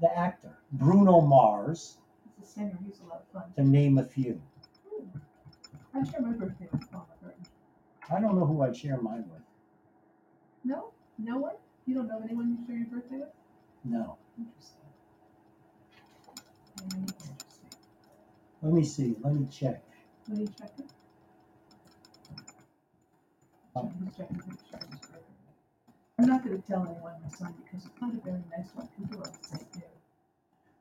S3: the actor, Bruno Mars,
S2: It's a singer. He's a lot of fun.
S3: to name a few.
S2: Hmm. I share my birthday with Paul McCartney.
S3: I don't know who I share mine with.
S2: No, no one. You don't know anyone you share your birthday with?
S3: No,
S2: Interesting. anything interesting?
S3: Let me see. Let me check.
S2: What are you checking?
S3: Oh.
S2: Checking, checking, checking, checking. I'm not gonna tell anyone my son because it's not a very nice one. People are upset too.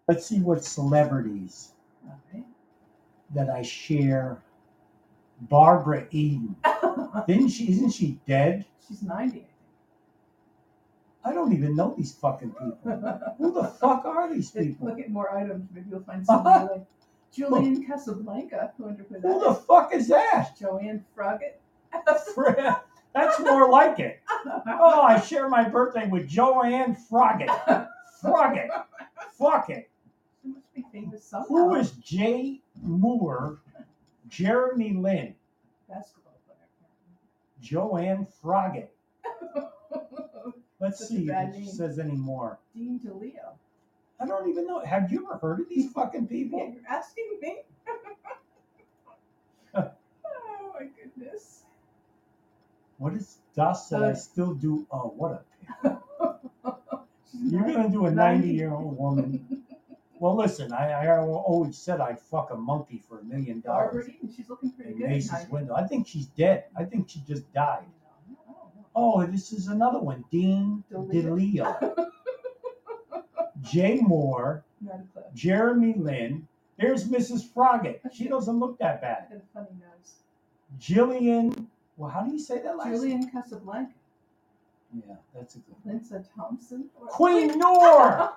S3: Let's see what celebrities
S2: All right.
S3: that I share. Barbara Eden. Didn't she? Isn't she dead?
S2: She's 90,
S3: I don't even know these fucking people.
S2: I think.
S3: Who the fuck are these
S2: Just
S3: people?
S2: Look at more items, maybe you'll find someone like Julian Casablanca. I wonder who
S3: Who
S2: that
S3: the fuck is that?
S2: is. Joanne Froggatt.
S3: Fred, That's more like it. Oh, I share my birthday with Joanne Froggatt. Froggatt. Fuck it.
S2: She must be famous somehow.
S3: Who is Jay Moore? Jeremy Lin.
S2: Basketball player.
S3: Joanne Froggatt. Let's
S2: Such a
S3: see
S2: bad
S3: if she
S2: name.
S3: says any more.
S2: Dean DeLeo.
S3: I don't even know. Have you ever heard of these fucking
S2: Yeah,
S3: people?
S2: you're asking me? oh my goodness.
S3: What is Dust that I
S2: Uh,
S3: still do? Oh, what a pity.
S2: She's
S3: You're
S2: not-
S3: gonna do a
S2: Ninety.
S3: ninety-year-old woman. Well, listen, I, I always said I'd fuck a monkey for a million
S2: Barbara
S3: dollars
S2: Eden, e-, she's looking pretty
S3: in
S2: good.
S3: Macy's
S2: tonight.
S3: window. I think she's dead. I think she just died.
S2: No, I don't know.
S3: Oh, this is another one, Dean
S2: DeLeo.
S3: DeLeo, Jay Moore,
S2: Not a clue.
S3: Jeremy Lin. There's Mrs. Froggatt. She doesn't look that
S2: I
S3: bad.
S2: got a funny nose.
S3: Jillian. Well, how do you say that last? name?
S2: Julian Casablanca,
S3: Yeah, that's a good. one.
S2: Linda Thompson. or-
S3: Queen Noor.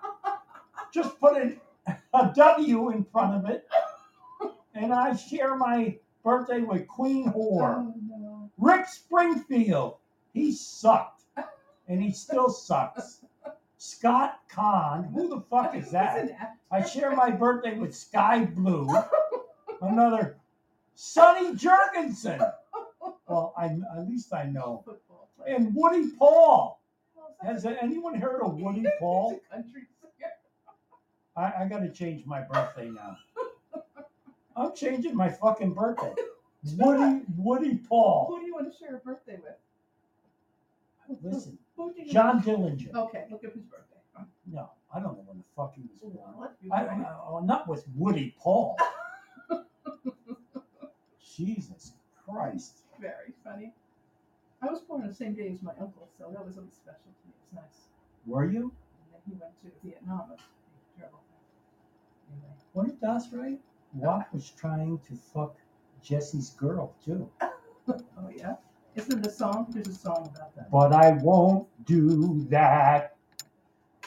S3: Just put a, a W in front of it. And I share my birthday with Queen Whore.
S2: Oh no.
S3: Rick Springfield. He sucked. And he still sucks. Scott Kahn. Who the fuck is
S2: He's
S3: that?
S2: an actor.
S3: I share my birthday with Sky Blue. Another Sonny Jurgensen. Well, I, at least I know.
S2: Football player.
S3: And Woody Paul.
S2: Well,
S3: Has
S2: that's-
S3: anyone heard of Woody Paul?
S2: He's a country singer.
S3: I, I gotta change my birthday now. I'm changing my fucking birthday. Woody Woody Paul.
S2: Who do you want to share a birthday with?
S3: Listen,
S2: Who do you
S3: John Dillinger.
S2: Okay, look up his birthday.
S3: No, I don't know when the fuck he was born.
S2: What? You
S3: I,
S2: going?
S3: I, am not with Woody Paul. Jesus Christ.
S2: Very funny. I was born the same day as my uncle, so that was always special to me. It was nice.
S3: Were you?
S2: And then he went to Vietnam. It was terrible. Anyway.
S3: What did Das write? Watt was trying to fuck Jesse's girl too.
S2: Oh yeah. Isn't the song? There's a song about that.
S3: But I won't do that.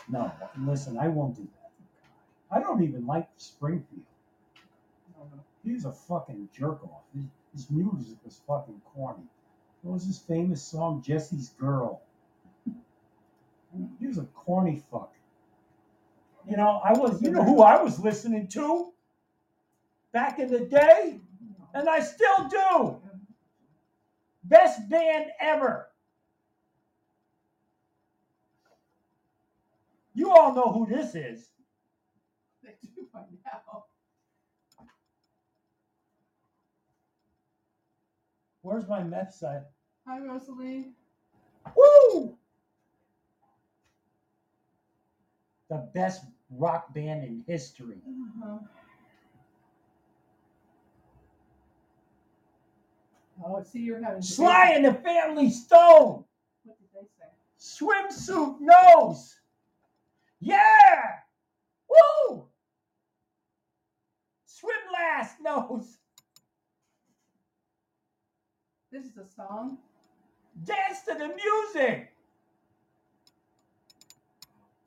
S3: No, listen, I won't do that. I don't even like Springfield.
S2: I don't know.
S3: He's a fucking jerk off. His, his music was fucking corny. What was his famous song, Jesse's Girl? He was a corny fuck. You know, I was. You know who I was listening to back in the day, and I still do. Best band ever. You all know who this is.
S2: They do by now.
S3: Where's my meth side?
S2: Hi Rosalie.
S3: Woo! The best rock band in history.
S2: Uh-huh. Oh, I see, you're having to-
S3: Sly and the Family Stone.
S2: What did they say?
S3: Swimsuit nose. Yeah! Woo! Swim last nose.
S2: This is a song.
S3: Dance to the music.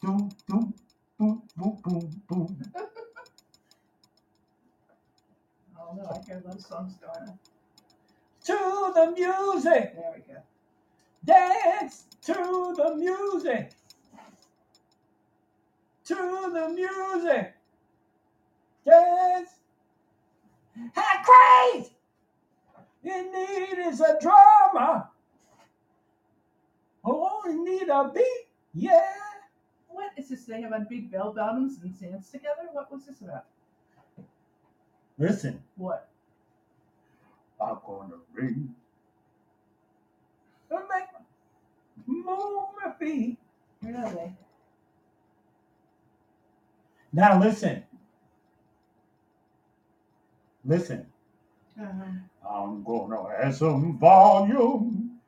S3: Boom, boom, boom, boom, boom, boom.
S2: Oh no, I hear those songs going on.
S3: To the music.
S2: There we go.
S3: Dance to the music. To the music. Dance. Hot craze. You need is a drama. Who only need a beat. Yeah.
S2: What is this thing about big bell bottoms and dance together? What was this about?
S3: Listen,
S2: What?
S3: I'm gonna ring. I'll make move my feet.
S2: Really?
S3: Now listen, Listen,
S2: Uh-huh.
S3: I'm gonna add some volume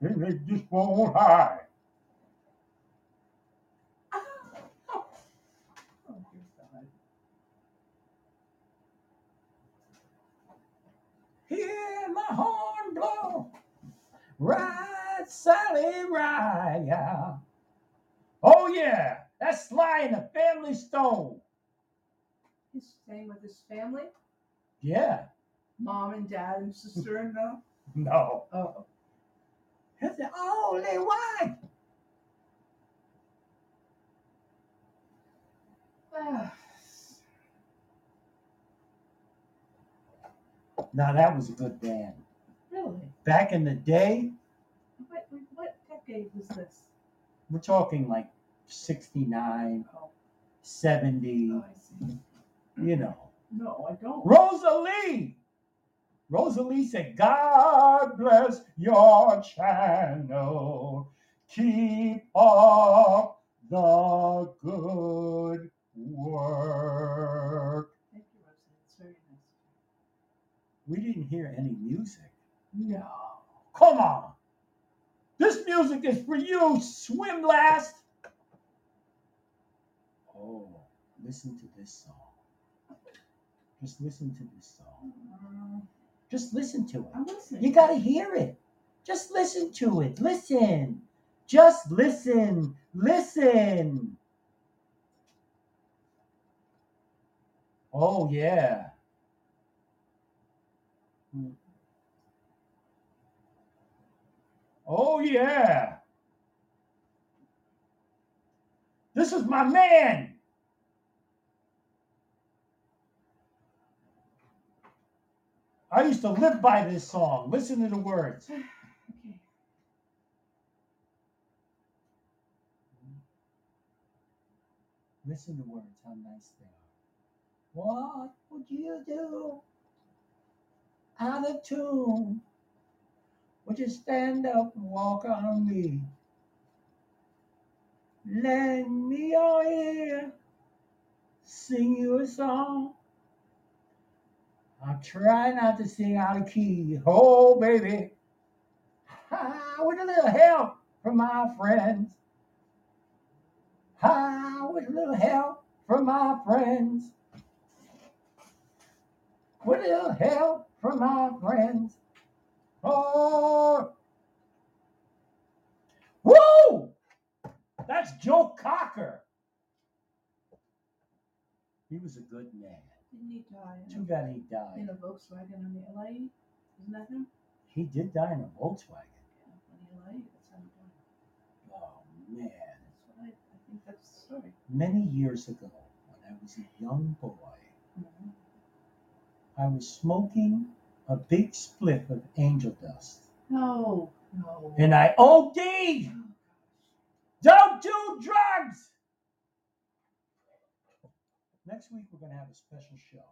S3: and it just won't high.
S2: Ah. Oh, dear God.
S3: Hear my horn blow, ride, Sally, ride, yeah. Oh yeah, that's Sly and the Family Stone.
S2: He's staying with his family,
S3: Yeah,
S2: mom and dad and sister and all.
S3: no,
S2: Oh,
S3: that's the only one.
S2: Ah,
S3: Now that was a good band
S2: really?
S3: back in the day.
S2: What, what decade was this?
S3: We're talking like 69,
S2: Oh,
S3: 70,
S2: oh, I see.
S3: you know.
S2: No, I don't.
S3: Rosalie. Rosalie said, God bless your channel. Keep up the good work.
S2: Thank you, Rosie. It's very nice.
S3: We didn't hear any music.
S2: No.
S3: Come on. This music is for you, swim last. Oh, listen to this song. Just listen to this song. Uh, Just listen to it.
S2: I'm listening.
S3: You got to hear it. Just listen to it. Listen. Just listen. Listen. Oh, yeah. Hmm. Oh, yeah. This is my man. I used to live by this song. Listen to the words.
S2: Okay.
S3: Listen to words, how nice they are. What would you do out of tune? Would you stand up and walk on me? Lend me your ear, sing you a song. I'll try not to sing out of key. Oh, baby. With a little help from my friends. I with a little help from my friends. With a little help from my friends. Oh. Woo! That's Joe Cocker. He was a good man.
S2: Didn't he die in
S3: Too
S2: a,
S3: bad he died.
S2: in a Volkswagen on the LA? Isn't that him?
S3: He did die in a Volkswagen.
S2: Yeah, on the LA. That's how he died.
S3: Oh, man.
S2: That's what I, I think that's the story.
S3: Many years ago, when I was a young boy, I was smoking a big spliff of angel dust.
S2: No, no.
S3: And I OD'd! Don't do drugs! Next week we're gonna have a special show.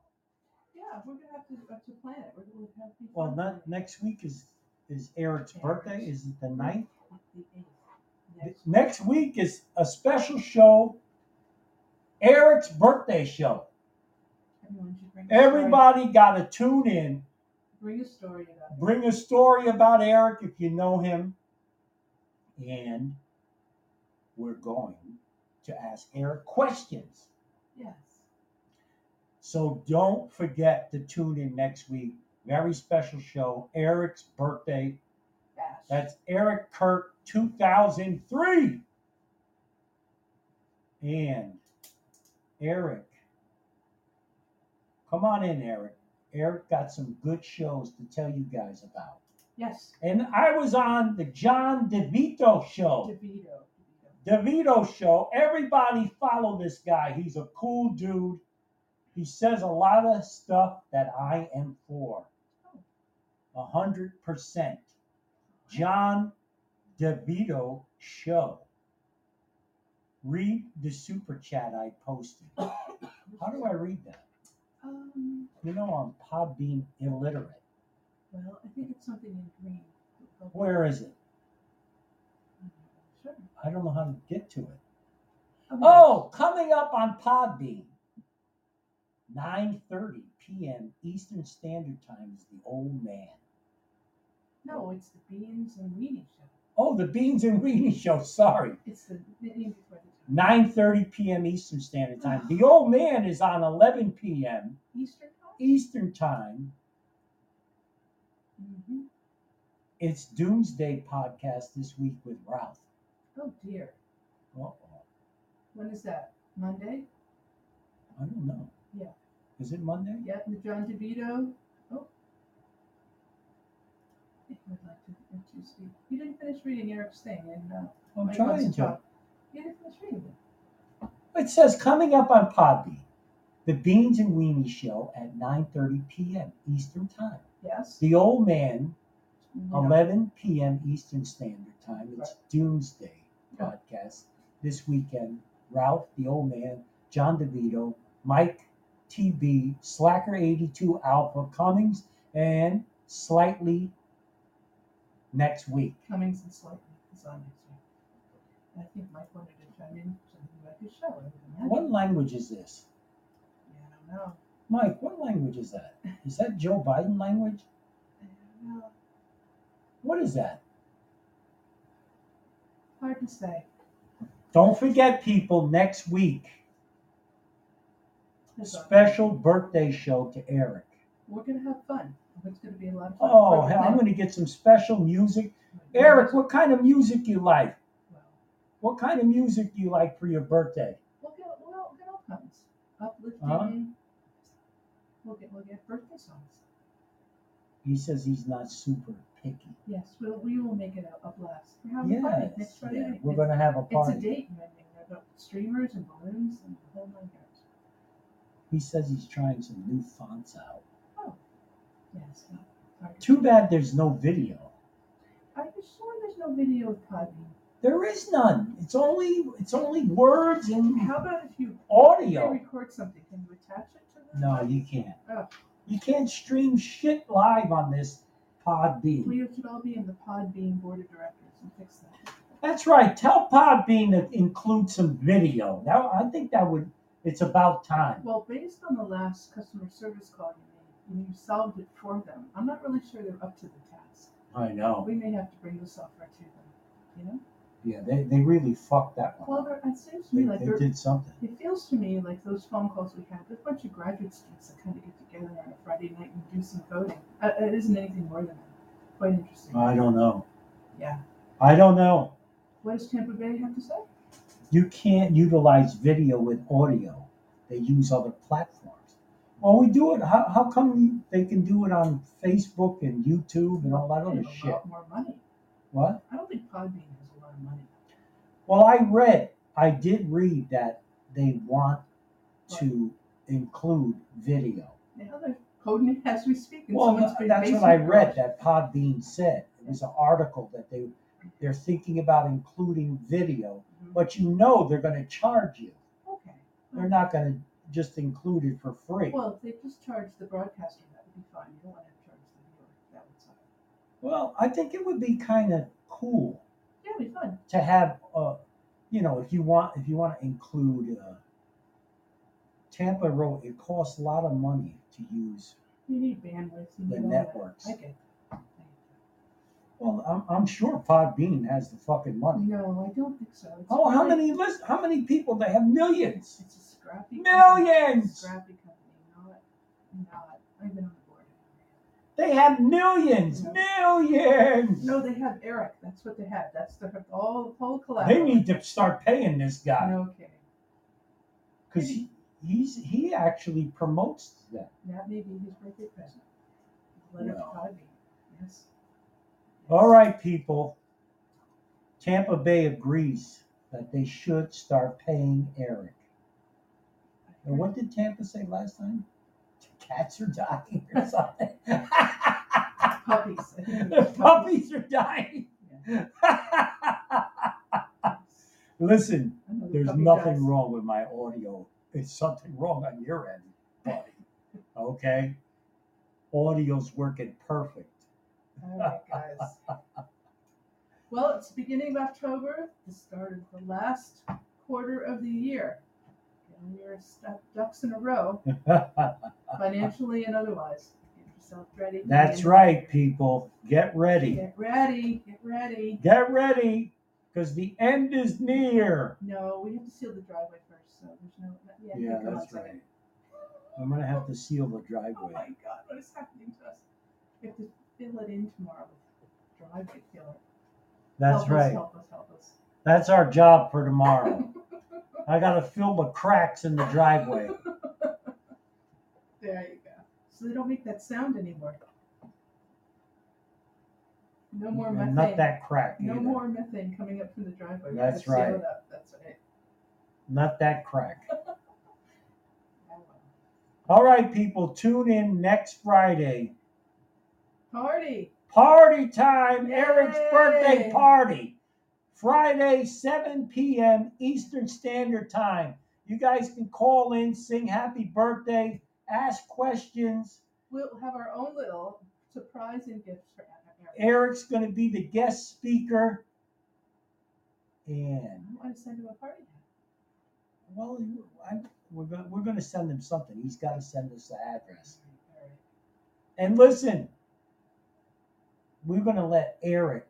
S2: Yeah, we're gonna have to, have to plan it. We're gonna have people.
S3: Well, not, next week is is Eric's birthday. Is it the ninth?
S2: The eighth. Next.
S3: Next week is a special show. Eric's birthday show.
S2: Everyone should bring. a story-
S3: Everybody got to tune in.
S2: Bring a story about it.
S3: Bring a story about Eric if you know him. And we're going to ask Eric questions.
S2: Yes.
S3: So don't forget to tune in next week. Very special show, Eric's birthday.
S2: Bash.
S3: That's Eric Kirk 2003. And Eric, come on in, Eric. Eric got some good shows to tell you guys about.
S2: Yes,
S3: And I was on the John DeVito show.
S2: DeVito. DeVito.
S3: DeVito show. Everybody follow this guy. He's a cool dude. He says a lot of stuff that I am for. A hundred percent. John DeVito show. Read the super chat I posted. How do I read that?
S2: Um,
S3: You know I'm Podbean illiterate.
S2: well, I think it's something in green. Go- go-
S3: Where is it?
S2: Sure. Oh,
S3: I don't know how to get to it.
S2: Okay.
S3: Oh, coming up on Podbean. 9:30 p.m. Eastern Standard Time is the old man.
S2: No, it's the beans and weenie show.
S3: Oh, the Beans and Weenie show. Sorry.
S2: It's the name before the time.
S3: 9:30 p.m. Eastern Standard Time. The old man is on 11 p.m.
S2: Eastern time.
S3: Eastern Time.
S2: Mm-hmm.
S3: It's Doomsday podcast this week with Ralph.
S2: Oh dear.
S3: Well,
S2: When is that? Monday.
S3: I don't know.
S2: Yeah.
S3: Is it Monday?
S2: Yeah, the John DeVito. Oh. I think I'd like to introduce you. You didn't finish reading Eric's thing, and uh,
S3: I'm
S2: Mike wants
S3: trying to.
S2: talk. You didn't finish reading it.
S3: It says coming up on Podbean, the Beans and Weenie show at 9:30 p.m. Eastern Time.
S2: Yes.
S3: The Old Man,
S2: No.
S3: 11 p.m. Eastern Standard Time. It's Doomsday
S2: Yeah.
S3: podcast this weekend. Ralph, the Old Man, John DeVito, Mike, TB, Slacker 82 Alpha Cummings, and slightly next week.
S2: Cummings and Slayton is on next week. And I think Mike wanted to chime in something about his show. other than that.
S3: What language is this?
S2: Yeah, I don't know.
S3: Mike, what language is that? Is that Joe Biden language?
S2: I don't know.
S3: What is that?
S2: Hard to say.
S3: Don't forget, people, next week,
S2: There's a-
S3: special birthday show to Eric.
S2: We're gonna have fun. It's gonna be a lot of fun.
S3: Oh,
S2: Work
S3: hell, I'm
S2: with
S3: going to get some special music.
S2: Mike.
S3: Eric, what kind of music you like?
S2: Well,
S3: What kind of music you like for your birthday?
S2: We'll get, we'll get all kinds. Uplifting. We'll get, we'll get birthday songs.
S3: He says he's not super picky.
S2: Yes, we'll, we will make it a, a blast. We're having a party
S3: Yes,
S2: next Friday
S3: yeah,
S2: night.
S3: we're
S2: It's-
S3: going to have a
S2: It's a
S3: party.
S2: date, and everything. I've got streamers and balloons and the whole nine yards.
S3: He says he's trying some new fonts out.
S2: Yes.
S3: Too bad there's no video.
S2: Are you sure there's no video of Podbean?
S3: There is none. It's only it's only words and
S2: How about if you
S3: audio.
S2: record something? Can you attach it to the?
S3: No, you can't.
S2: Oh.
S3: You can't stream shit live on this Podbean.
S2: We should all be in the Podbean board of directors and fix that.
S3: That's right. Tell Podbean to include some video. Now I think that would. It's about time.
S2: Well, based on the last customer service call you made, and you solved it for them, I'm not really sure they're up to the task.
S3: I know.
S2: We may have to bring the software to them, you know?
S3: Yeah, they, they really fucked that one.
S2: Well,
S3: up.
S2: there, it seems to
S3: They,
S2: me like
S3: they
S2: they're
S3: did something.
S2: It feels to me like those phone calls we had, there's a bunch of graduate students that kind of get together on a Friday night and do some voting. Uh, it isn't anything more than that. Quite interesting.
S3: I don't know.
S2: Yeah.
S3: I don't know.
S2: What does Tampa Bay have to say?
S3: You can't utilize video with audio. They use other platforms. Well, we do it. How, how come they can do it on Facebook and YouTube and all that
S2: They
S3: other
S2: have a
S3: shit?
S2: lot more money.
S3: What?
S2: I don't think Podbean has a lot of money.
S3: Well, I read, I did read that they want to include video.
S2: Now they're coding it as we speak. And
S3: Well,
S2: someone's
S3: tha-
S2: been
S3: that's what
S2: basement
S3: I read.
S2: garage.
S3: That Podbean said it was an article that they they're thinking about including video,
S2: Mhm.
S3: but you know they're going to charge you.
S2: Mm-hmm. Okay.
S3: They're not going to just include it for free.
S2: Well, if they just charged the broadcaster, that would be fine. You don't want to charge the viewer. That would suck.
S3: Well, I think it would be kind of cool
S2: Yeah, it'd be fun.
S3: to have, uh, you know, if you want if you want to include. Uh, Tampa wrote it costs a lot of money to use
S2: You need bandwidth. You
S3: the
S2: need all that.
S3: networks.
S2: I get that.
S3: Well, I'm, I'm sure Podbean has the fucking money.
S2: No, I don't think so. It's
S3: Oh, how
S2: really-
S3: many list? How many people? They have millions.
S2: It's a scrappy Company.
S3: Millions!
S2: Scrappy company, not not. I've been on the board.
S3: They have millions,
S2: No.
S3: millions.
S2: No, they have Eric. That's what they have. That's the all the whole
S3: they
S2: collateral.
S3: need to start paying this guy
S2: No kidding.
S3: because he, he's he actually promotes them.
S2: That may be his birthday present. The Letter
S3: Well.
S2: to Podbean. Yes.
S3: All right, people. Tampa Bay agrees that they should start paying Eric. And what did Tampa say last time? Cats are dying or something.
S2: Puppies. I think it
S3: The
S2: was
S3: puppies are dying. Listen,
S2: I know the
S3: there's
S2: puppy
S3: nothing
S2: dies.
S3: wrong with my audio. There's something wrong on your end, buddy. Okay? Audio's working perfect.
S2: All right, guys. Well, it's the beginning of October, the start of the last quarter of the year. and you're stuck ducks in a row, financially and otherwise. Get yourself ready.
S3: That's
S2: and
S3: right, people. Get ready.
S2: Get ready. Get ready.
S3: Get ready, because the end is near.
S2: No, we have to seal the driveway first, so there's no. Yeah,
S3: Yeah,
S2: come on,
S3: that's
S2: second.
S3: right. I'm gonna have to seal the
S2: Oh my
S3: driveway.
S2: God, what is happening to us? We have to fill it in tomorrow. with Driveway filler. help
S3: That's
S2: Us,
S3: right.
S2: help us, help us.
S3: That's our job for tomorrow. I gotta fill the cracks in the driveway.
S2: There you go. So they don't make that sound anymore. No more
S3: And
S2: methane.
S3: Not that crack
S2: no
S3: either.
S2: more methane coming up from the driveway. We
S3: That's
S2: gotta seal
S3: right.
S2: it up. That's right.
S3: Not that crack.
S2: Oh, well.
S3: All right, people, tune in next Friday.
S2: Party.
S3: Party time, Eric's
S2: Yay!
S3: birthday party. Friday, 7 p.m. Eastern Standard Time. You guys can call in, sing happy birthday, ask questions.
S2: We'll have our own little surprise and gifts for Eric.
S3: Eric's going to be the guest speaker. And,
S2: I want to send him a party hat.
S3: well, you- I, we're going we're going to send him something. He's got to send us the address.
S2: All right.
S3: And listen, we're going to let Eric,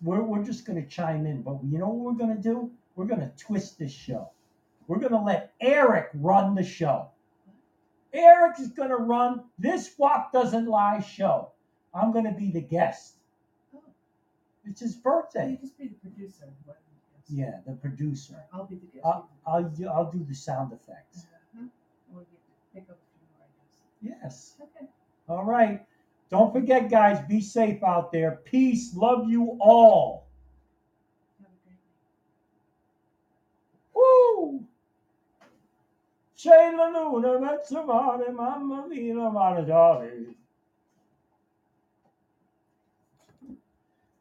S3: we're, we're just going to chime in, but you know what we're going to do? We're going to twist this show. We're going to let Eric run the show. Eric is going to run this Walk Doesn't Lie show. I'm going to be the guest.
S2: Oh,
S3: It's his
S2: so you
S3: birthday.
S2: just be the producer. and what-
S3: Yeah, the producer.
S2: Or I'll be the guest.
S3: I'll, I'll, do- I'll do the sound effects.
S2: Uh-huh. We'll get to pick up a few more, I guess.
S3: Yes.
S2: Okay.
S3: All right. Don't forget, guys, be safe out there. Peace. Love you all.
S2: Have a great night.
S3: Woo! C'è la luna, mezzo mare, mamma mia, mare d'ore.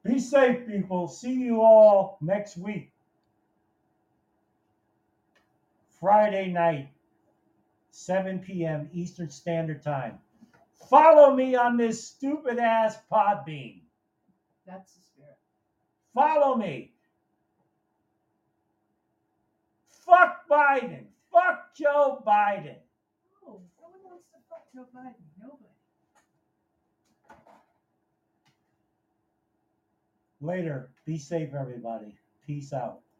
S3: Be safe, people. See you all next week. Friday night, 7 p.m. Eastern Standard Time. Follow me on this stupid ass Podbean.
S2: That's the spirit.
S3: Follow me. Fuck Biden. Fuck Joe Biden.
S2: Oh, no one wants to fuck Joe Biden. Nobody.
S3: Later. Be safe, everybody. Peace out.